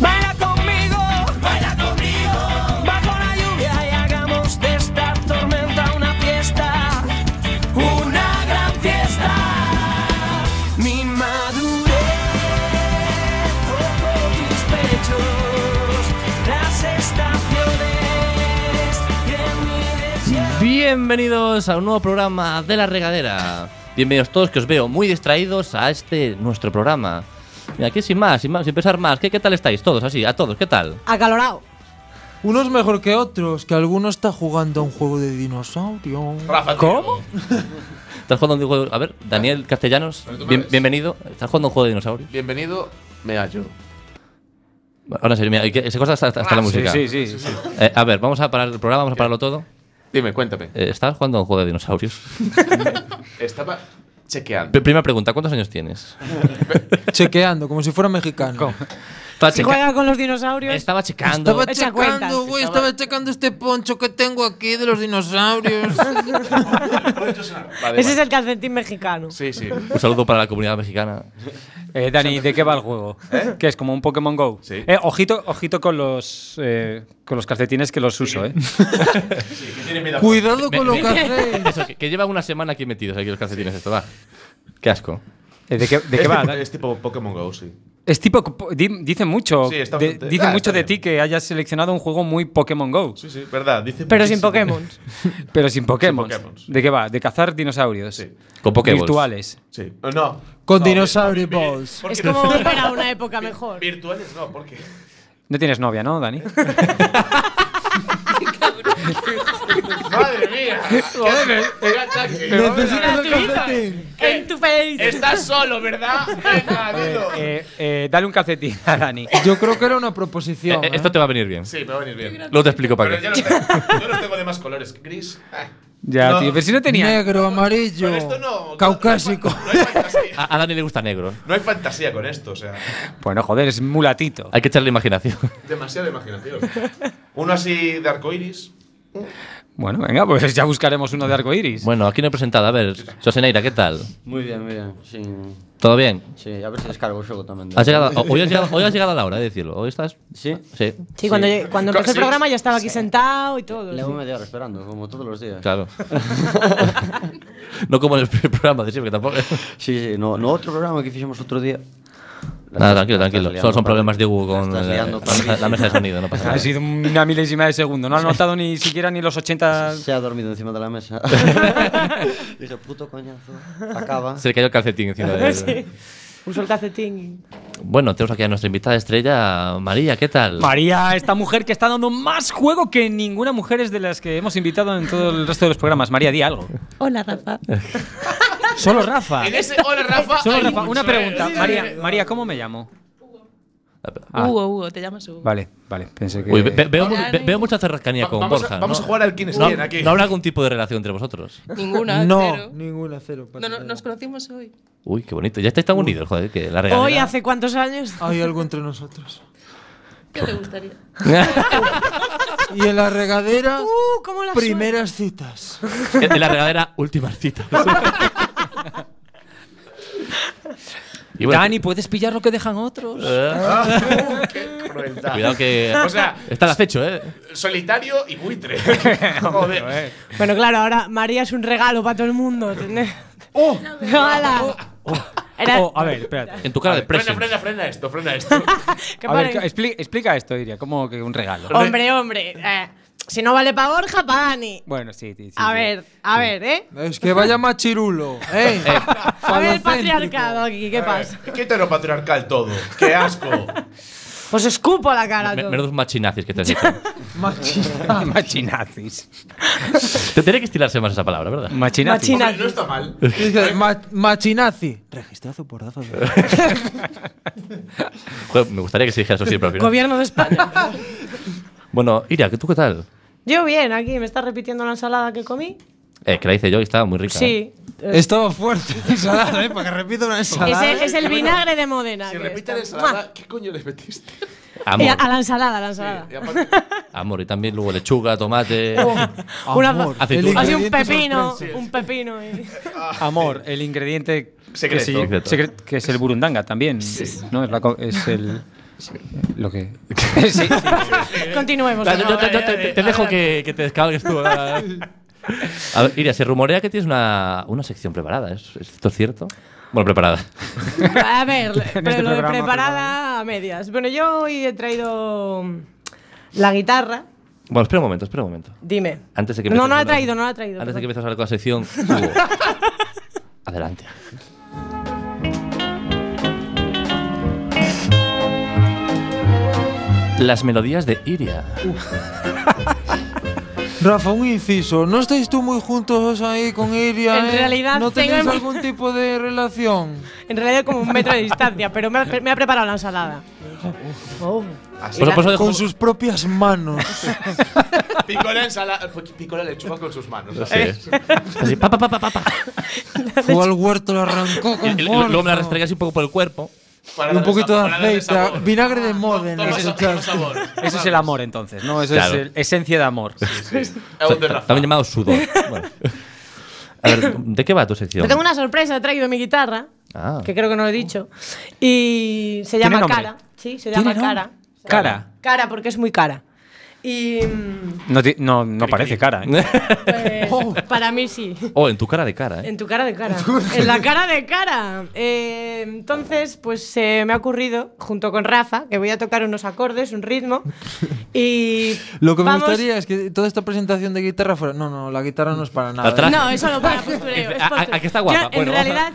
Baila conmigo, baila conmigo, bajo la lluvia y hagamos de esta tormenta una fiesta, una gran fiesta. Mi madurez, toco tus pechos, las estaciones y en mi Bienvenidos a un nuevo programa de La Regadera. Bienvenidos todos, que os veo muy distraídos a este nuestro programa. Mira, aquí sin más, sin más, sin pensar más. ¿Qué, qué tal estáis todos? Así, a todos, ¿qué tal? Acalorado. Unos mejor que otros, que alguno está jugando a un juego de dinosaurio. ¿Cómo? ¿Estás jugando a un juego? A ver, Daniel Castellanos, Pero tú me bien- ves. bienvenido. ¿Estás jugando a un juego de dinosaurio? Bienvenido, me hallo. Ahora en serio, mira, que- se corta hasta, hasta Ah, la sí, música. sí, sí, sí, sí. Eh, a ver, vamos a parar el programa, vamos a pararlo todo. Dime, cuéntame. Eh, ¿Estás jugando a un juego de dinosaurios? Estaba chequeando. P- Primera pregunta, ¿cuántos años tienes? Chequeando, como si fuera mexicano. Estaba Si checa- juega con los dinosaurios. Estaba checando. Estaba Echa cuentas. checando, güey, estaba checando este poncho que tengo aquí de los [laughs] dinosaurios. Vale, Ese es vale. el calcetín mexicano. [laughs] Sí, sí. Un saludo para la comunidad mexicana. Eh, Dani, ¿de qué va el juego? Que es como un Pokémon Go. Eh, ojito, ojito con los eh, con los calcetines que los uso, ¿eh? [laughs] Cuidado con lo me- que haces. Eso, que, que lleva una semana aquí metidos, aquí los calcetines, esto va. Qué asco. Eh, ¿De qué, de qué es va? [laughs] tipo- Dani? es tipo Pokémon Go, sí. Es tipo po- di- dice mucho, Sí, está de- bastante- dice Ah, mucho está de ti bien. que hayas seleccionado un juego muy Pokémon Go, Sí, sí, verdad. Dice Pero sin muchísimo. Pokémon. [laughs] pero sin Pokémon. Pokémons. ¿De qué va? De cazar dinosaurios Con Pokéballs. virtuales. Sí. Eh, No. Con No, dinosaurio balls. Es como volver [laughs] a una época mejor. Virtuales no, porque. No tienes novia, ¿no, [laughs] Dani? Madre mía. Qué ataque. Necesitas el gratuito. calcetín. En tu face. Estás solo, [laughs] ¿verdad? Venga, dilo. Eh, eh, dale un calcetín [laughs] a Dani. Yo creo que era una Eh, proposición. eh, ¿eh? esto te va a venir bien. Sí, me va a venir bien. Luego te explico para Pero qué. ya los tengo, yo los tengo de más colores. Gris. ah. Ya, No. tío, pero si no tenía. Negro, amarillo, Con esto no. caucásico. No hay fantasía. A, a Dani le gusta negro. No hay fantasía con esto, o sea. Bueno, joder, es mulatito. Hay que echarle imaginación. Demasiada imaginación. Uno así de arcoiris. Bueno, venga, pues ya buscaremos uno de arco [laughs] iris. Bueno, aquí no he presentado. A ver, Soseneira, ¿qué tal? Muy bien, muy bien. Sí, ¿Todo bien? sí, a ver si descargo el juego también. ¿Has llegado, hoy, has llegado, hoy has llegado a la hora de decirlo. Hoy estás. Sí. Sí, Sí, cuando, lle- cuando empezó el Sí. programa ya estaba aquí sentado y todo. Llevo sí. media hora esperando, como todos los días. claro. [laughs] no como en el primer programa de siempre, que tampoco. Sí, sí, no, no otro programa que hicimos otro día. La Nada, estás- tranquilo, la estás tranquilo. liando, Solo son Pablo. problemas de Hugo La con la, estás liando, la Pablo. mesa, la mesa de sonido, [laughs] no pasa Ha nada. sido una milésima de segundo. No has notado ni siquiera ni los [laughs] 80. Se ha dormido encima de la mesa. [laughs] Dije, puto coñazo. [laughs] Acaba. Se le cayó el calcetín [laughs] encima de él. Usó el calcetín. Bueno, tenemos aquí a nuestra invitada estrella, María, ¿qué tal? [laughs] María, esta mujer que está dando más juego que ninguna mujer es de las que hemos invitado en todo el resto de los programas. María, di algo. Hola, Rafa. Solo Rafa. En ese. Hola, Rafa. Solo hay Rafa. mucho, Una ¿eh? pregunta. Sí, sí, María, sí. María, ¿cómo me llamo? Ah. Hugo, Hugo, te llamas Hugo. Vale, vale. Pensé que. Uy, ve- ve- veo, mu- Hola, ve- veo Dani. mucha cerrascanía Va- con vamos Borja. A, vamos ¿no? a jugar al quién es No, quién aquí. no habrá algún tipo de relación entre vosotros. Ninguna, no, cero. ninguna cero. para No, no, nada. nos conocimos hoy. Uy, qué bonito. Ya estáis tan unidos, joder, que la regalada. Hoy, ¿hace cuántos años? Hay algo entre nosotros. ¿Qué te gustaría? Y en la regadera, Uh, ¿cómo la primeras citas. En la [laughs] regadera, últimas citas. Y bueno, Dani, ¿puedes pillar lo que dejan otros? eh, Qué crueldad. cuidado que. [laughs] O sea, está el acecho, ¿eh? uh, solitario y buitre. eh. Joder. suena? [laughs] Bueno, claro, ahora María es un regalo para todo el mundo. ¡Oh! ¡Hala! Era- O, a ver, espérate. En tu cara A de ver, presa. frena, Frena, frena esto, frena esto. frena. A ver, paren. expli- explica esto, diría, como que un regalo. [laughs] Hombre, hombre. eh, si no vale para Borja, para Dani. Bueno, sí, sí, sí, a sí. ver, a ver, ¿eh? Es que vaya machirulo, ¿eh? A ver el falocéntrico. patriarcado aquí, ¿qué pasa? Eh, ¿Qué heteropatriarcal todo? ¡Qué asco! Os escupo la cara a Me- todos. Menudos machinazis que te has dicho. [laughs] Machinazis. Te tendría que estilarse más esa palabra, ¿verdad? Machinazis. Hombre, no está mal. Dice, ma- machinazi. Registrado por datos. Joder, me gustaría que se dijera eso siempre al final. Gobierno de España. Bueno, Iria, ¿tú qué tal? Yo bien, aquí me está repitiendo la ensalada que comí. Eh, que la hice yo y estaba muy rica. ¿eh? Sí. eh, Estaba fuerte [laughs] la ensalada, ¿eh? Para que repita una ensalada. ese es el vinagre de Modena. Si que repite está- la ¡Mua! ensalada, ¿qué coño le metiste? Y a, Amor, a la ensalada, a la ensalada. Y aparte, amor. Y también luego lechuga, tomate. Oh. Una- Amor, Aceituna. el Así un ingrediente pepino, sorpresa. un pepino. y- [laughs] Amor, el ingrediente Secreto. Que, sí- Secreto. secre- que es el burundanga también. ¿no? Es, la co- [laughs] es el. Lo que. [laughs] sí, sí. Continuemos. Yo- yo- eh, yo- yo te, te dejo que, que te descargues [laughs] tú. A ver, Iria, se rumorea que tienes una, una sección preparada. ¿Es, ¿Esto es cierto? Bueno, preparada. A ver, pero lo de programa, preparada a medias. Bueno, yo hoy he traído mm, la guitarra. Bueno, espera un momento, espera un momento. Dime. Antes de que no, empieces no la he con traído, no la he traído. Antes de que perdón. empieces a hablar con la sección, [laughs] Hugo. Adelante. Las melodías de Iria. Rafa, un inciso. ¿No estáis tú muy juntos ahí [laughs] con Iria? En eh? realidad ¿No tengo tenéis en- algún tipo de relación? En realidad como un metro de distancia, pero me ha, me ha preparado la ensalada. Oh. Así. Por, por eso dejo- Con sus propias [laughs] manos. Picó la ensalada, picó la lechuga con sus manos. Eh, Sí. Así, pa, pa, pa, pa, pa, [laughs] pa. Fue al huerto, lo arrancó Y- con y Luego me la fuerza. restregué así un poco por el cuerpo. Para Un darle poquito sabor, de para darle aceite, ah, sabor. vinagre de Módena. Toma sa- toma sabor. Eso es el amor, entonces, ¿no? Eso Claro. es el- esencia de amor. Aún de Rafa. También llamado sudor. Bueno. A ver, ¿de qué va tu sección? Pero tengo una sorpresa, he traído mi guitarra, Ah. que creo que no lo he dicho. Y se ¿Tiene llama nombre? Cara. Sí, se ¿Tiene llama nombre? Cara. Se Cara. llama Cara porque es muy cara. Y mm, No, ti- no, no parece cara, [laughs] ¿eh? pues, para mí sí. [laughs] Oh, en tu cara de cara, ¿eh? En tu cara de cara. en la cara de cara. Eh, entonces, pues se me ha ocurrido, junto con Rafa, que voy a tocar unos acordes, un ritmo. Y. Lo que me vamos- gustaría es que toda esta presentación de guitarra fuera. No, no, la guitarra no es para nada. ¿eh? Atrás. No, eso no para [laughs] postureo. es ¿A- a- postureo. a que está guapa? Yo, Bueno, en, vamos a- realidad,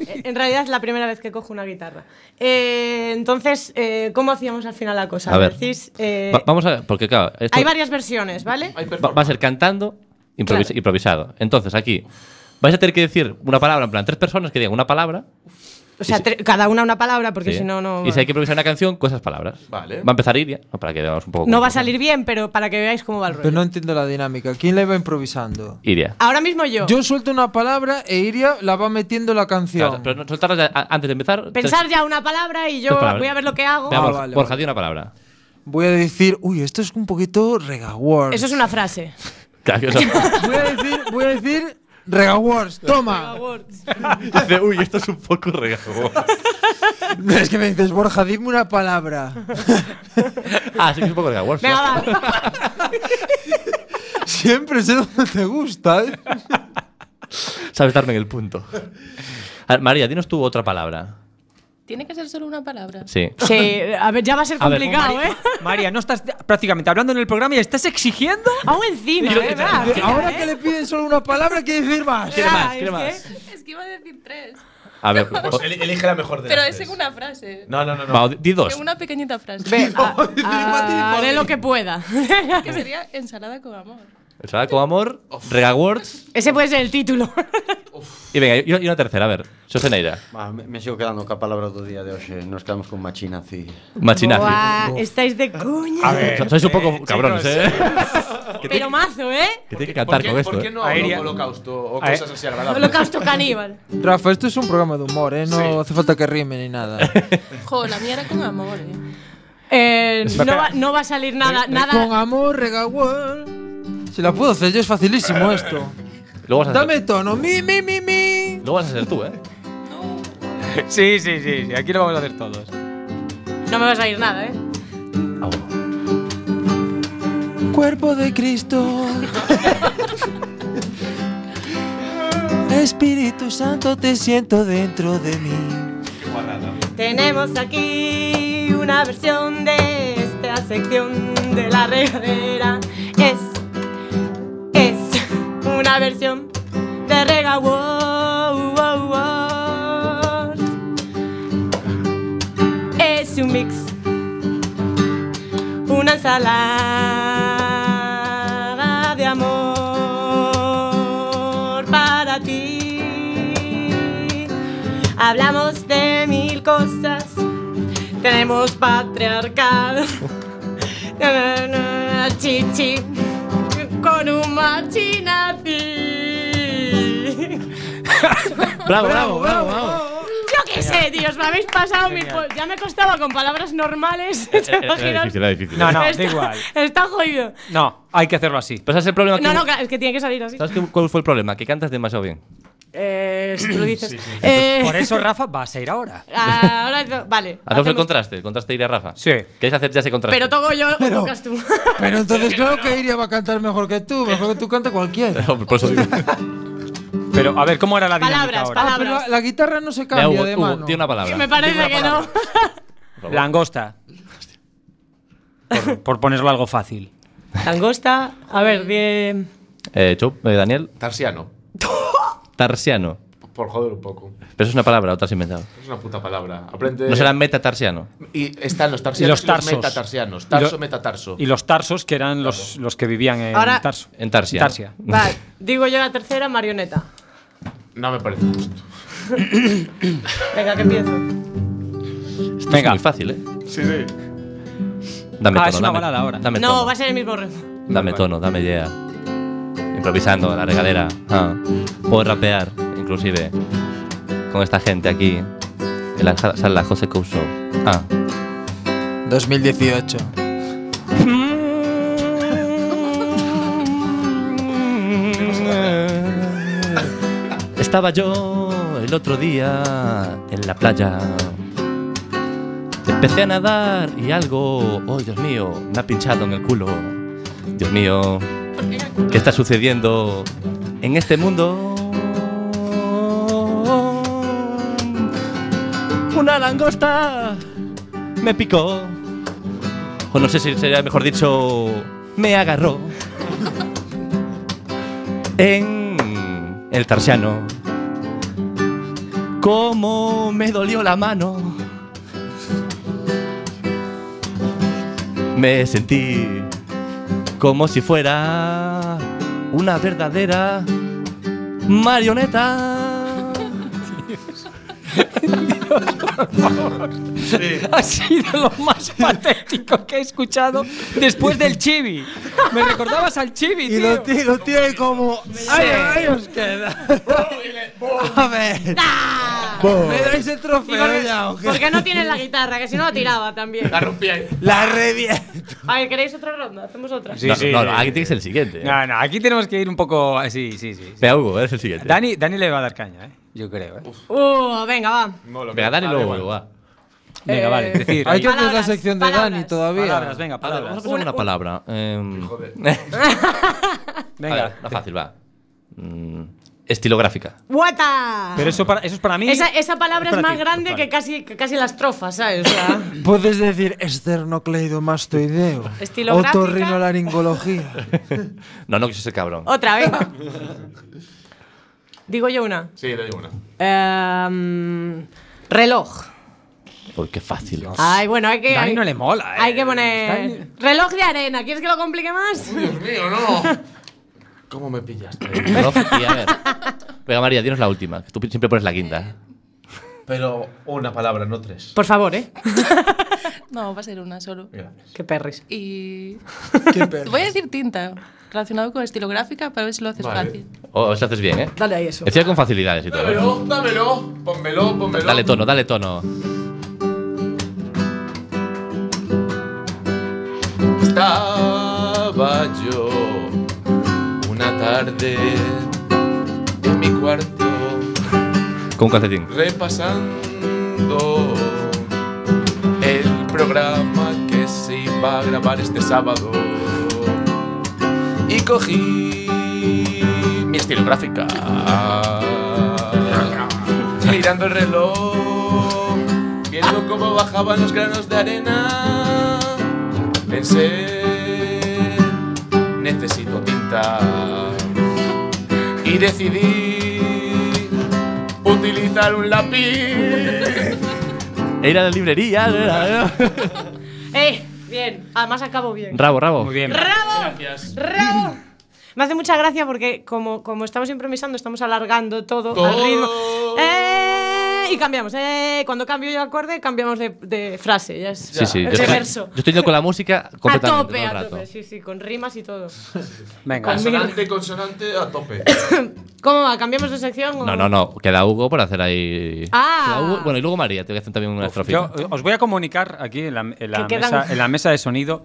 eh, en realidad es la primera vez que cojo una guitarra. Eh, entonces, eh, ¿cómo hacíamos al final la cosa? A ver. Decís, eh, Va- vamos a ver, porque claro, esto hay varias versiones, ¿vale? Hay va, va a ser cantando improvis- Claro. improvisado. Entonces, aquí vais a tener que decir una palabra, en plan, tres personas que digan una palabra. O sea, tre- cada una una palabra, porque Sí. si no, no. Y si hay que improvisar una canción, con esas palabras. Vale. Va a empezar Iria, para que veamos un poco. No cómo va a funciona. salir bien, pero para que veáis cómo va el rollo. Pero no entiendo la dinámica. ¿Quién la iba improvisando? Iria. Ahora mismo yo. Yo suelto una palabra e Iria la va metiendo en la canción. Claro, pero no- soltarla ya a- antes de empezar. Pensar ya una palabra y yo Tres palabras. voy a ver lo que hago. Veamos, Ah, vale, Borja, vale. di una palabra. Voy a decir, uy, esto es un poquito Rega Wars. Eso es una frase. Claro, [laughs] que eso- Voy a decir, voy a decir Rega Wars. Toma. Dice, uy, esto es un poco regalo. es que me dices, Borja, dime una palabra. [laughs] ah, sí que es un poco regalo. Wolf. Venga, va. Siempre sé dónde te gusta. ¿eh? Sabes darme en el punto. A ver, María, dinos tú otra palabra. Tiene que ser solo una palabra. Sí. Sí, a ver, ya va a ser A ver. complicado, ¿eh? María, no estás prácticamente hablando en el programa y estás exigiendo. Aún encima, ¿eh? Bravo, tía, Ahora ¿eh? que le piden solo una palabra, quiere decir más. ¿Quiere Ya, más? es ¿Quiere más? que- Es que iba a decir tres. A ver, o- Pues eli- elige la mejor de Pero las es en tres. una frase. No, no, no. no. va, di dos. En una pequeñita frase. Ve, a- a- haré lo que pueda. Que sería ensalada con amor. Ensalada con amor, Rega Words. Ese puede ser el título. Y venga, y, y una tercera, a ver. Soseneira. Ah, me, me sigo quedando con a palabra do día de hoxe. Nos quedamos con machina, así. Machinazi. Buah, estáis de coña. So- Sois un poco cabrones, ¿eh? que Pero mazo, ¿eh? Que tiene que ¿Por cantar qué, con ¿Por esto. qué no Aérea. hablo holocausto o Aé- cosas así agradables? Holocausto caníbal. Rafa, esto es un programa de humor, ¿eh? No hace falta que rime ni nada. Jo, la mía era con amor. eh. Eh, no, va, no va a salir nada. Con nada. amor, Rega Wars. Si la puedo hacer yo, es facilísimo esto. Luego vas a ser, Dame tono, mi, mi, mi, mi. luego vas a ser tú, ¿eh? [laughs] Sí, sí, sí, sí, aquí lo vamos a hacer todos. No me va a salir nada, ¿eh? Ah, bueno. Cuerpo de [laughs] Cristo. Espíritu Santo, te siento dentro de mí. Tenemos aquí una versión de esta sección de la regadera. Es, es una versión de Rega Wow, wow, wow. Es un mix, una ensalada de amor para ti. Hablamos de mil cosas. Tenemos patriarcado. [laughs] Chichi. Con un [laughs] machinazi. Bravo, bravo, bravo, bravo. Yo qué sé, tíos, me habéis pasado mil po- Ya me costaba con palabras normales. [laughs] Eh, ¿te imaginas? era difícil. No, no, da Está- igual. Está jodido. No, hay que hacerlo así. Pues ese es el problema. que- No, no, claro, es que tiene que salir así. ¿Sabes qué- cuál fue el problema? Que cantas demasiado bien. Eh, si tú lo dices. Sí, sí. Eh, Por eso Rafa vas a ir ahora. [laughs] Ahora, to- vale. Hacemos el hacemos- contraste, el contraste iría Rafa. Sí. ¿Queréis hacer ya ese contraste? Pero toco yo, o Pero- tocas tú. Pero entonces creo que Iria va a cantar mejor que tú. Mejor que tú canta cualquiera. [laughs] Hombre, Por eso digo. Pero a ver, ¿cómo era la dinámica Palabras, ahora? Ah, pero la, la guitarra no se Ya, cambia Hugo, de Hugo, mano. di una palabra. Me parece que no. Langosta. Por, por ponerlo algo fácil. Langosta. A ver, bien. Eh, Chup, eh, Daniel, Tarsiano. tarsiano. Por joder un poco. Pero eso es una palabra, o te has inventado. Es una puta palabra. Aprende. Eh, No será metatarsiano. Y están los Y tarsianos los y los, tarsos. metatarsianos. Y Tarso, lo- metatarso. Y los tarsos, que eran los, los que vivían en Ahora- Tarso. En Tarsia. Tarsia. Vale, digo yo la tercera marioneta. No me parece justo. Venga, que empiezo. Esto es Venga. muy fácil, ¿eh? Sí, sí. Dame Ah, tono, es una dame- balada ahora. Dame No, tono, va a ser el mismo rezo. dame tono, dame idea. Improvisando a la regadera. ah. Puedo rapear, inclusive, con esta gente aquí. En la sala- sala José Couso. Ah. 2018. [laughs] Estaba yo el otro día en la playa. Empecé a nadar y algo, oh Dios mío, me ha pinchado en el culo. Dios mío, ¿qué está sucediendo en este mundo? Una langosta me picó. O no sé si sería mejor dicho, me agarró. En el Tarsiano. Cómo me dolió la mano. Me sentí como si fuera una verdadera marioneta. [laughs] Ha sido lo más patético que he escuchado después del chibi. Me recordabas al chibi, Y lo, tío. ti- lo tiene como. ¡Ay, ay, os queda! A ver. ¿Me dais el Y trofeo porque, ya o qué? porque no tienen la guitarra, que si no la tiraba también. La rompí ahí. La reviento. A ver, ¿queréis otra ronda? Hacemos otra. Sí, no, sí, no, sí, no, aquí tienes el siguiente. eh. No, no, aquí tenemos que ir un poco. eh, Sí, sí, sí. sí. Venga, Hugo, eres el siguiente. Dani, Dani le va a dar caña, ¿eh? Yo creo, ¿eh? Uh, venga, va. No, lo Venga, Dani, ah, da luego, igual. Hugo, va. Venga, Eh, vale. Decir, Hay que hacer la Palabras, sección de palabras. Dani todavía. palabras, venga, A ver, vamos a palabras. pensar una, palabra. em. [laughs] A ver, Venga. una fácil, va. Mm, [laughs] estilográfica. ¡Guata! Pero eso, para, eso es para mí. Esa, esa palabra es Espérate, más grande vale. que casi, que casi la estrofa, ¿sabes? O sea, [laughs] Puedes decir esternocleidomastoideo. [laughs] Estilográfica. Otorrinolaringología. No, no, que yo soy cabrón. otra, venga. Digo yo una. Sí, le digo una. Em, reloj. Porque qué fácil. Ay, bueno, hay que. Dani hay- no le mola, eh. Hay que Está poner. en- Reloj de arena. ¿Quieres que lo complique más? Dios mío, no. ¿Cómo me pillaste? [laughs] No, y a ver. Venga, María, dinos la última. que Tú siempre pones la quinta. Pero una palabra, no tres. Por favor, ¿eh? No, va a ser una solo. Qué perris. Y. Voy a decir tinta, relacionado con estilográfica, para ver si lo haces Vale. fácil. O eso haces bien, ¿eh? Dale ahí eso. Decía con facilidades y todo. ¿eh? Dámelo, dámelo, pónmelo, pónmelo. Dale tono, dale tono. Estaba yo una tarde en mi cuarto Con un calcetín. repasando el programa que se iba a grabar este sábado y cogí mi estilográfica mirando el reloj viendo viendo cómo bajaban los granos de arena, pensé, necesito tinta. Y decidí utilizar un lápiz. E Ir a la librería. era- ¡Eh! Bien. Además acabo bien. Rabo, rabo. Muy bien. ¡Rabo! Gracias. ¡Rabo! Me hace mucha gracia porque como, como estamos improvisando, estamos alargando todo, al Todo. ritmo. ¡Eh! Y cambiamos. ¡Eh! Cuando cambio yo acorde, cambiamos de, de frase. Ya es Sí, sí. Yo es de estoy, verso. yo estoy yendo con la música A completamente tope, todo el a rato. tope. Sí, sí, con rimas y todo. Venga. Consonante, consonante a tope. ¿Cómo va? ¿Cambiamos de sección? o- No, no, no. Queda Hugo por hacer ahí. Ah. Queda Hugo- Bueno, y luego María, te voy a hacer también una Yo estrofita. eh, os voy a comunicar aquí en la, en la Que quedan- mesa, en la mesa de sonido.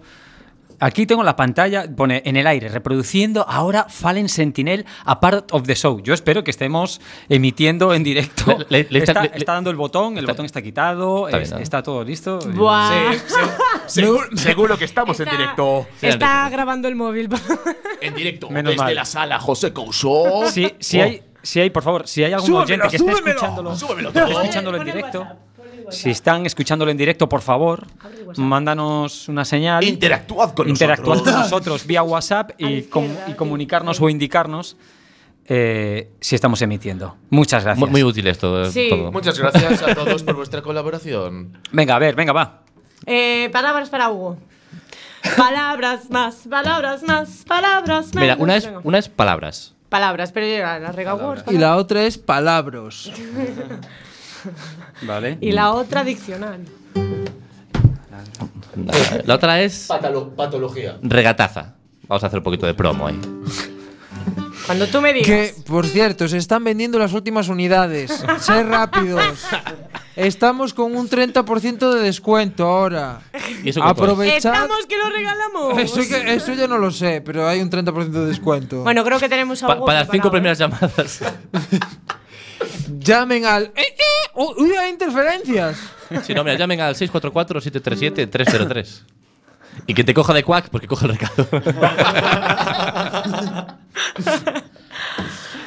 Aquí tengo la pantalla, pone en el aire, reproduciendo ahora Fallen Sentinel a part of the show. Yo espero que estemos emitiendo en directo. Le- le- le está- está, le- está dando el botón, el botón está quitado, es- Está está, bien, ¿no? todo listo. Buah. seguro que estamos en directo. Está grabando el móvil. [laughs] En directo. Menos desde mal. la sala, José Couso. Si, Oh. si hay, si hay, por favor, si hay algún Súbemelo, oyente que esté súbemelo. escuchándolo, Súbemelo que esté todo. escuchándolo en directo, si están escuchándolo en directo, por favor, mándanos una señal. Interactuad con Interactuad nosotros. con nosotros vía WhatsApp y, com- y comunicarnos o indicarnos eh, si estamos emitiendo. Muchas gracias. Muy, muy útil esto. eh, Sí. todo. Muchas gracias a todos por vuestra colaboración. Venga, a ver, venga, va. Eh, palabras para Hugo. Palabras más, palabras más, palabras más. Mira, una es, Venga. una es palabras. Palabras, pero yo la rega Word, Y la otra es palabras. palabras. Vale. y la otra diccional. La, [laughs] la otra es Patalo- patología. regataza. Vamos a hacer un poquito de promo ahí. Cuando tú me digas. Que, por cierto, se están vendiendo las últimas [laughs] unidades. Sé rápidos. Estamos con un 30% de descuento ahora. ¿Y eso cuánto es? Aprovechad. ¡Estamos que lo regalamos! [laughs] Eso, que- eso yo no lo sé, pero hay un 30% de descuento. Bueno, creo que tenemos a Pa- Hugo para las cinco preparado, ¿eh? primeras llamadas. [laughs] Llamen al. ¡Eh, eh! ¡Oh, ¡Uy, hay interferencias! si no, mira, llamen al 644-737-303. Y que te coja de cuac, porque coja el recado.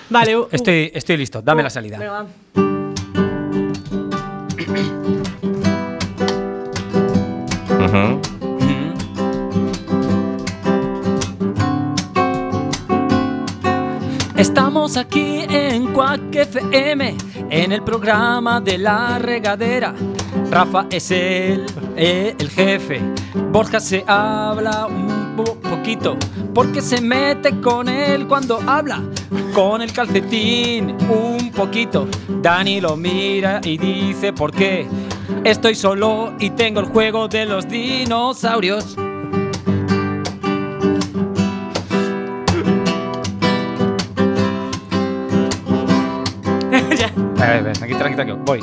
Vale, Hugo. este- Estoy, estoy listo, dame Hugo, la salida. Uh, venga, va. Ujú. Estamos aquí en Quack FM, en el programa de la regadera. Rafa es el, eh, el jefe. Borja se habla un po- poquito, porque se mete con él cuando habla. Con el calcetín un poquito. Dani lo mira y dice, ¿por qué? Estoy solo y tengo el juego de los dinosaurios. A ver, a ver, tranqui, tranqui, tranqui, voy.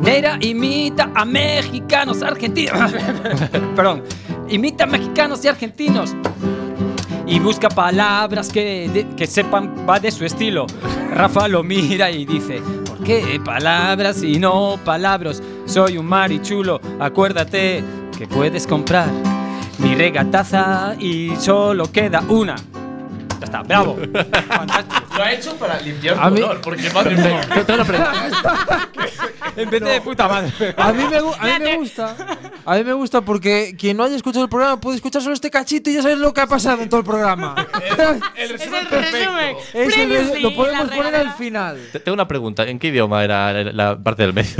Neira imita a mexicanos, argentinos. [laughs] Perdón. Imita a mexicanos y argentinos. Y busca palabras que, de- que sepan, va de su estilo. Rafa lo mira y dice: ¿Por qué palabras y no palabras? Soy un marichulo, acuérdate que puedes comprar mi regataza y solo queda una. Ya está, bravo. Lo ha hecho para limpiar A tu mí- honor, porque madre mía. Empecé de puta madre. A mí, me, gu- a mí me gusta. A mí me gusta porque quien no haya escuchado el programa puede escuchar solo este cachito y ya sabes lo que ha pasado en todo el programa. El Es resumen el perfecto. resumen. [laughs] Eso lo, Previously, lo podemos la poner al regadera. final. Te- Tengo una pregunta. ¿En qué idioma era la- la parte del medio?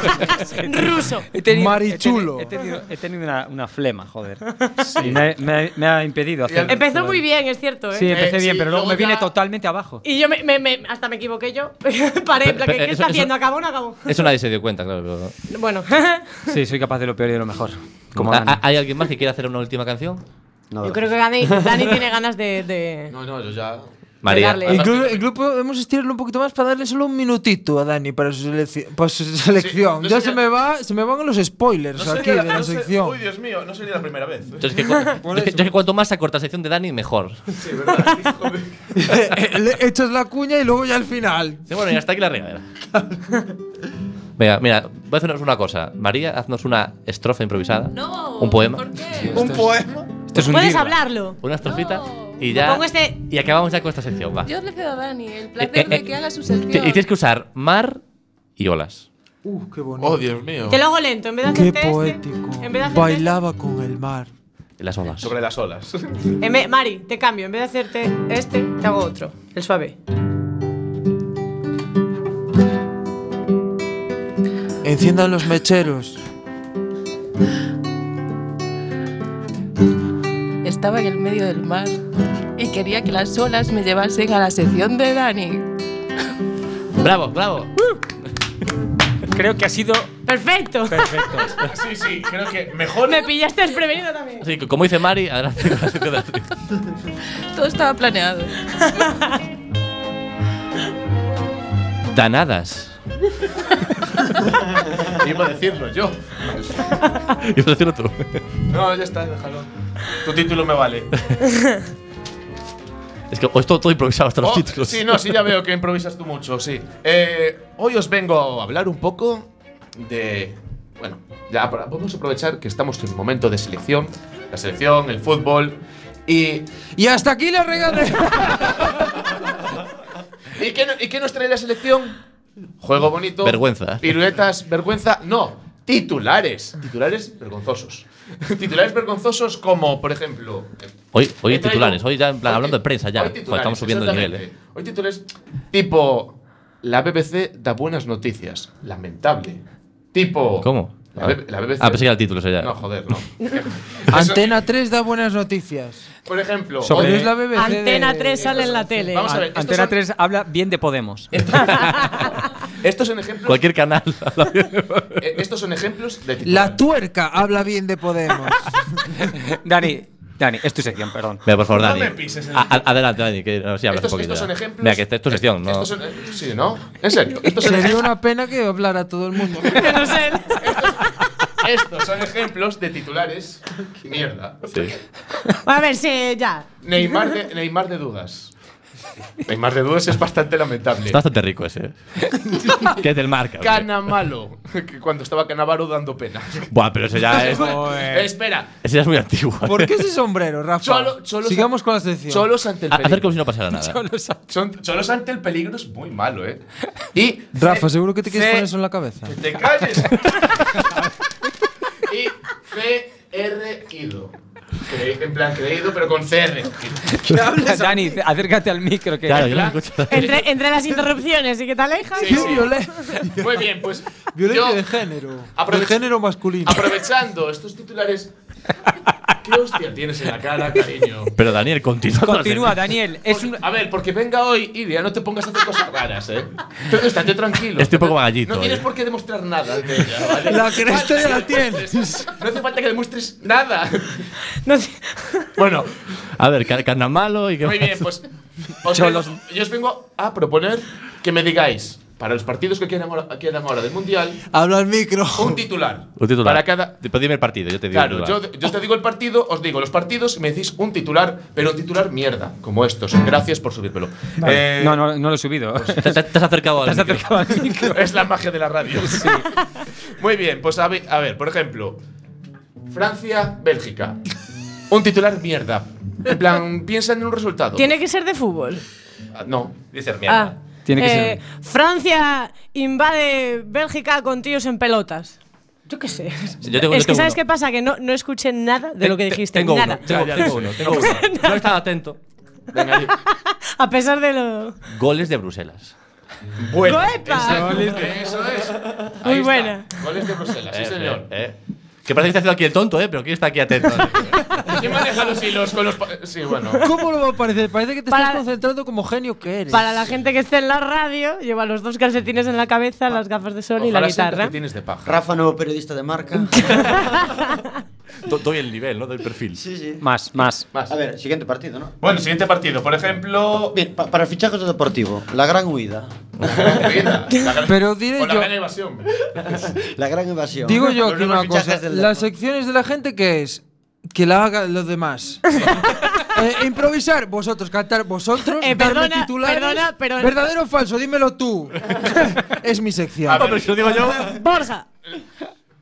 [laughs] Ruso. He tenido- Marichulo. He tenido, he tenido- he tenido una, una flema, joder. Y Me, me- me ha impedido hacer. Empezó muy bien, es cierto, ¿eh? Sí, empecé Eh, sí, bien, pero luego luego me viene ya- totalmente abajo. Y yo me, me- me- hasta me equivoqué yo. [laughs] Paré, en plan, Pero- ¿qué, pero qué eso- está haciendo? eso- ¿Acabó o no acabó? Eso nadie se dio cuenta, claro. pero- Bueno. [laughs] Sí, soy capaz de lo peor y de lo mejor. Como ¿Ha- Dani. ha- ¿Hay alguien más que quiera hacer una última canción? Yo creo [laughs] que Dani, Dani tiene ganas de. de- No, no, yo ya. María. Ah, darle. El grupo, el grupo podemos estirarlo un poquito más para darle solo un minutito a Dani para su, selec- para su selección. no ya sería- se me va, se me van los spoilers aquí sería- de la no sé- sección. Uy, Dios mío, no sería la primera vez. ¿eh? Yo es que, cu- [laughs] yo es que- yo es que cuanto más acorta la sección de Dani, mejor. Sí, verdad. hijo [laughs] de- Le echas la cuña y luego ya al final. Sí, bueno, y hasta aquí la regadera. Venga, mira, voy a hacernos una cosa. María, haznos una estrofa improvisada. No. Un poema. ¿Por qué? Un poema. Esto es un Puedes libro. hablarlo. Una estrofita. No. Y ya. Pongo este- Y acabamos ya con esta sección, va. Yo le cedo a Dani el Eh, placer eh, de que haga su Te- Y sección. tienes que usar mar y olas. Uh, qué bonito. Oh, Dios mío. Te lo hago lento, en vez de Qué hacerte este, poético. en vez de hacerte Bailaba con el mar. Las olas. Sobre las [laughs] olas. este, En vez- Mari, te cambio. En vez de hacerte este, te hago otro. El suave. Enciendan los mecheros. Estaba en el medio del mar y quería que las olas me llevasen a la sección de Dani. Bravo, bravo. Creo que ha sido. Perfecto. Perfecto. sí, sí, creo que mejor. Me pillaste desprevenido también. Así que, como dice Mari, adelante con la sección de las chicas. Todo estaba planeado. Danadas. Iba a decirlo yo. [laughs] Y vas a decirlo tú. No, ya está, déjalo. Tu título me vale. Es que o es todo, todo improvisado hasta los Oh, títulos. Sí, no, sí, ya veo que improvisas tú mucho, sí. Eh, hoy os vengo a hablar un poco de. Bueno, ya para- vamos a aprovechar que estamos en un momento de selección. La selección, el fútbol. Y. Y hasta aquí la regadera. ¿Y qué, no- y qué nos trae la selección? Juego bonito. Vergüenza. Piruetas, vergüenza. No, titulares. Titulares vergonzosos. [laughs] titulares vergonzosos como, por ejemplo. Hoy, hoy He traído- titulares, hoy ya en plan hablando de prensa ya. Hoy Joder, titulares, estamos subiendo el nivel. ¿eh? exactamente. Hoy titulares tipo la BBC da buenas noticias, lamentable. Tipo ¿eh? ¿Cómo? La, B- la BBC. Ah, pensé que era el título, eso ya. No, joder, no. Antena 3 da buenas noticias. Por ejemplo, Sobre- hoy- Es la BBC Antena de- 3 sale en la tele. Vamos a ver, estos Antena son, 3 habla bien de Podemos. estos son ¿eh? ejemplos [laughs] Cualquier canal. eh, estos son ejemplos [laughs] de titulares. La tuerca habla bien de Podemos. [laughs] Dani, Dani, es tu sección, perdón. Mira, por favor, No Dani. me pises en A- a- adelante, Dani, que no, sí, hablas Estos- un poquito. estos ya. son ejemplos- Mira, que esta es tu sección, ¿no? Estos son- eh, sí, ¿no? En serio, estos son Sería una pena que hablara todo el mundo. [laughs] Menos él. [laughs] Estos son ejemplos de titulares. Mierda. A ver si ya. Neymar de, Neymar de [laughs] dudas. Neymar de dudas es bastante lamentable. Está bastante rico [laughs] ese. que es del marca. hombre. Cana malo. [laughs] Que cuando estaba Canavaro dando pena. Buah, pero [laughs] eso ya es. Eh, Espera. Ese ya es muy antiguo. ¿eh? ¿Por qué ese sombrero, Rafa? Cholo- cholos- Sigamos con la sección. Cholos ante el Ha- Hacer peligro. como si [laughs] no pasara nada. Son- Cholos ante el peligro es muy malo, [laughs] ¿eh? Y. Rafa, seguro que te quieres C- poner eso en la cabeza. ¡Que [laughs] te calles! y CR Ido. Creí- En plan creído, pero con CR. Dani, acércate al micro que. Claro, yo no escucho. Entre, entre las interrupciones y que te alejas. Sí, ¡Qué sí. violencia! Muy bien, pues. Violencia yo- Ah. de género. De Aprovecha- género masculino. Aprovechando estos titulares. ¿Qué hostia tienes en la cara, cariño? Pero Daniel, continúa. con la Continúa, sección. Daniel. Es un- Porque- A ver, porque venga hoy, Iria, no te pongas a hacer cosas raras, ¿eh? Tú estate tranquilo. Estoy un poco No- vagallito, No tienes eh. por qué demostrar nada de ella, ¿vale? [laughs] La cresta ya la tienes. No hace falta que demuestres nada. No sé. Bueno, A ver, car- carnamalo y qué muy bien, más. pues. [laughs] os vengo- yo os vengo a proponer que me digáis, para los partidos que quedan ahora, quedan ahora del Mundial, Habla al micro. un titular. Un titular. Para cada. Pues dime el partido, yo te digo. el Claro, yo, titular. yo te digo el partido, os digo los partidos y me decís un titular, pero un titular mierda, como estos. Gracias por subírmelo. Eh, No, no, no lo he subido. Te, te- te has acercado al. Te has micro. acercado al [laughs] micro. Es la magia de la radio. [laughs] Muy bien, pues a ver, a ver, por ejemplo, Francia-Bélgica. Un titular mierda. En plan, piensan en un resultado. Tiene que ser de fútbol. Ah, No. Dice Ah. Tiene que Eh, Francia invade Bélgica con tíos en pelotas. Yo qué sé. Yo tengo- yo es que tengo sabes uno. qué pasa, que no, no escuché nada de lo que Te- dijiste. Tengo nada. uno, tengo, Ya, ya tengo lo uno, sé. tengo uno. No estaba atento. Venga, di- A pesar de lo. Goles de Bruselas. bueno. ¡Epa! Eso es. Muy Ahí está. buena. Goles de Bruselas, sí, Eh, señor. eh, eh. Que parece que está haciendo aquí el tonto, ¿eh? Pero ¿quién está [laughs] aquí atento? ¿Quién maneja los hilos con los.? pa- Sí, bueno. ¿Cómo lo va a parecer? Parece que te Para- estás concentrando como genio que eres. Para la gente que esté en la radio, lleva los dos calcetines en la cabeza, las gafas de sol y la Ojalá sientas guitarra. que tienes de paja. Rafa, nuevo periodista de marca. [laughs] Do- Doy el nivel, ¿no? Doy el perfil. Sí, sí. Más, más. A ver, siguiente partido, ¿no? Bueno, siguiente partido. Por ejemplo. Bien, pa- para fichajes de deportivo, la gran huida, Vida, [laughs] la gran- Pero diré o la yo- gran evasión. la gran evasión. Digo yo Los aquí nuevos una cosa. fichajes del Las Depor- secciones de la gente que es que la hagan los demás. Eh, improvisar, vosotros, cantar vosotros, Eh, darme perdona, titulares. perdona, pero- ¿Verdadero o falso? Dímelo tú. es mi sección. A ver, Pero si lo digo yo. Borja,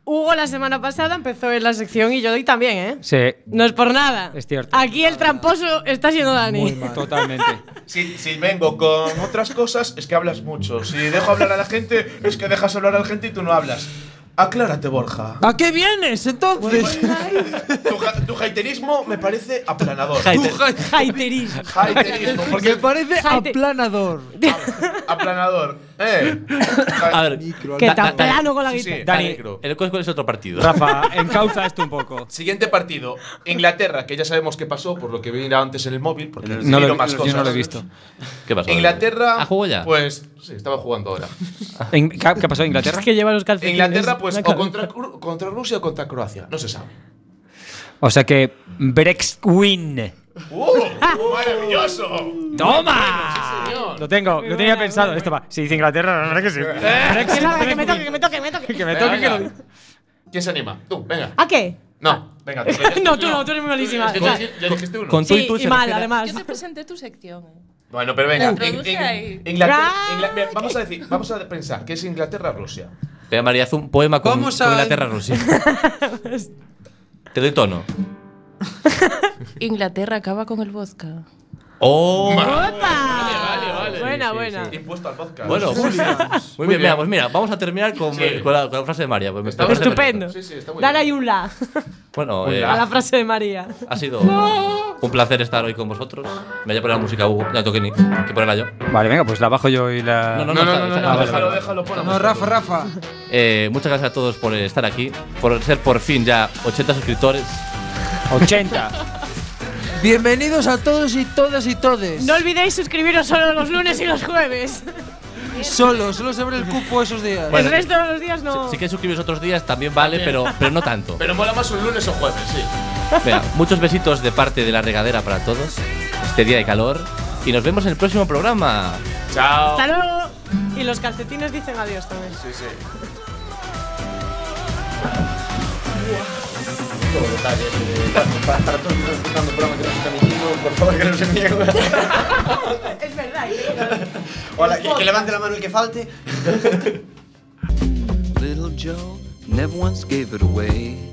Hugo la semana pasada empezó en la sección y yo hoy también, ¿eh? Sí. No es por nada. Es cierto. Aquí el tramposo está siendo Dani. [laughs] Totalmente. Si, si vengo con otras cosas, es que hablas mucho. Si dejo hablar a la gente, es que dejas hablar a la gente y tú no hablas. Aclárate, Borja. ¿A qué vienes entonces? Tu, ja- tu haterismo me parece aplanador. Hater. Haiterismo. Haterismo, porque Me parece Hater. aplanador. aplanador. Eh. A ver, Que Da- Da- está Dani- plano con la Sí, sí. guitarra. Dani, Eh, el cuál es otro partido. Rafa, encauza esto un poco. Siguiente partido. Inglaterra, que ya sabemos qué pasó, por lo que mira antes en el móvil, porque No lo miro he- más yo cosas. no lo he visto. ¿Qué pasó? Inglaterra. ¿Ah, jugó ya? Pues sí, estaba jugando ahora. ¿En- ¿Qué ha qué ha pasado en Inglaterra? Es que lleva los calcetines. Inglaterra, pues, la o contra, Cru- contra Rusia o contra Croacia. No se sabe. O sea que Brex win. ¡Uh! ¡Maravilloso! ¡Toma! Lo tengo, lo tenía pensado. Esto va. Si dice Inglaterra, la verdad que sí. Brexit, Que, nada, que me Brexit. toque, que me toque, que me toque. Que me toque que lo Venga. ¿Quién se anima? Tú, venga. ¿A qué? [laughs] No, venga. Tú, No, tú no, tú eres muy malísima. Es que ya dij- ya dijiste uno. Con tú y Sí, tú y se mal, refiere- además. Yo te presenté tu sección. eh. Bueno, pero venga. Introduce ahí. Ah. Inglaterra, Ra- Ingla- mira, vamos a decir, vamos a pensar que es Inglaterra-Rusia. Vea, María, haz un poema con, Vamos con a- [laughs] Inglaterra-Rusia. Te doy tono. Inglaterra acaba con el vodka. ¡Oh! Vale, vale. Buena, buena. Impuesto al podcast. Bueno, muy bien, muy bien. Mira, pues mira, vamos a terminar con, Sí. con la, con la frase de María. pues me Está parece Estupendo. Sí, sí, está muy Dar bien. ahí un la perfecto. Bueno, eh, a la frase de María. ha sido un placer estar hoy con vosotros. Me voy a poner la música, Hugo. Ya toqué ni que ponerla yo. Vale, venga, pues la bajo yo y la. Ah. No, no, no, está- está- No, vale, déjalo, vale. déjalo, pon la No, música. Rafa, Rafa. Eh, muchas gracias a todos por eh, estar aquí, por ser por fin ya 80 suscriptores. 80. Bienvenidos a todos y todas y todes. No olvidéis suscribiros solo los lunes y los jueves. Solo, solo se abre el cupo esos días. Bueno. El resto de los días no. Si quieres suscribiros otros días también vale, pero, [laughs] pero no tanto. Pero mola más un lunes o jueves, sí. Venga, muchos besitos de parte de la regadera para todos. Este día de calor. Y nos vemos en el próximo programa. Chao. Hasta luego. Y los calcetines dicen adiós también. Sí, sí. Para todos los que están escuchando el programa que no se están emitiendo, por favor, que no se nieguen. Es verdad. Hola, que, que levante la mano el que falte. Little Joe never once gave it away.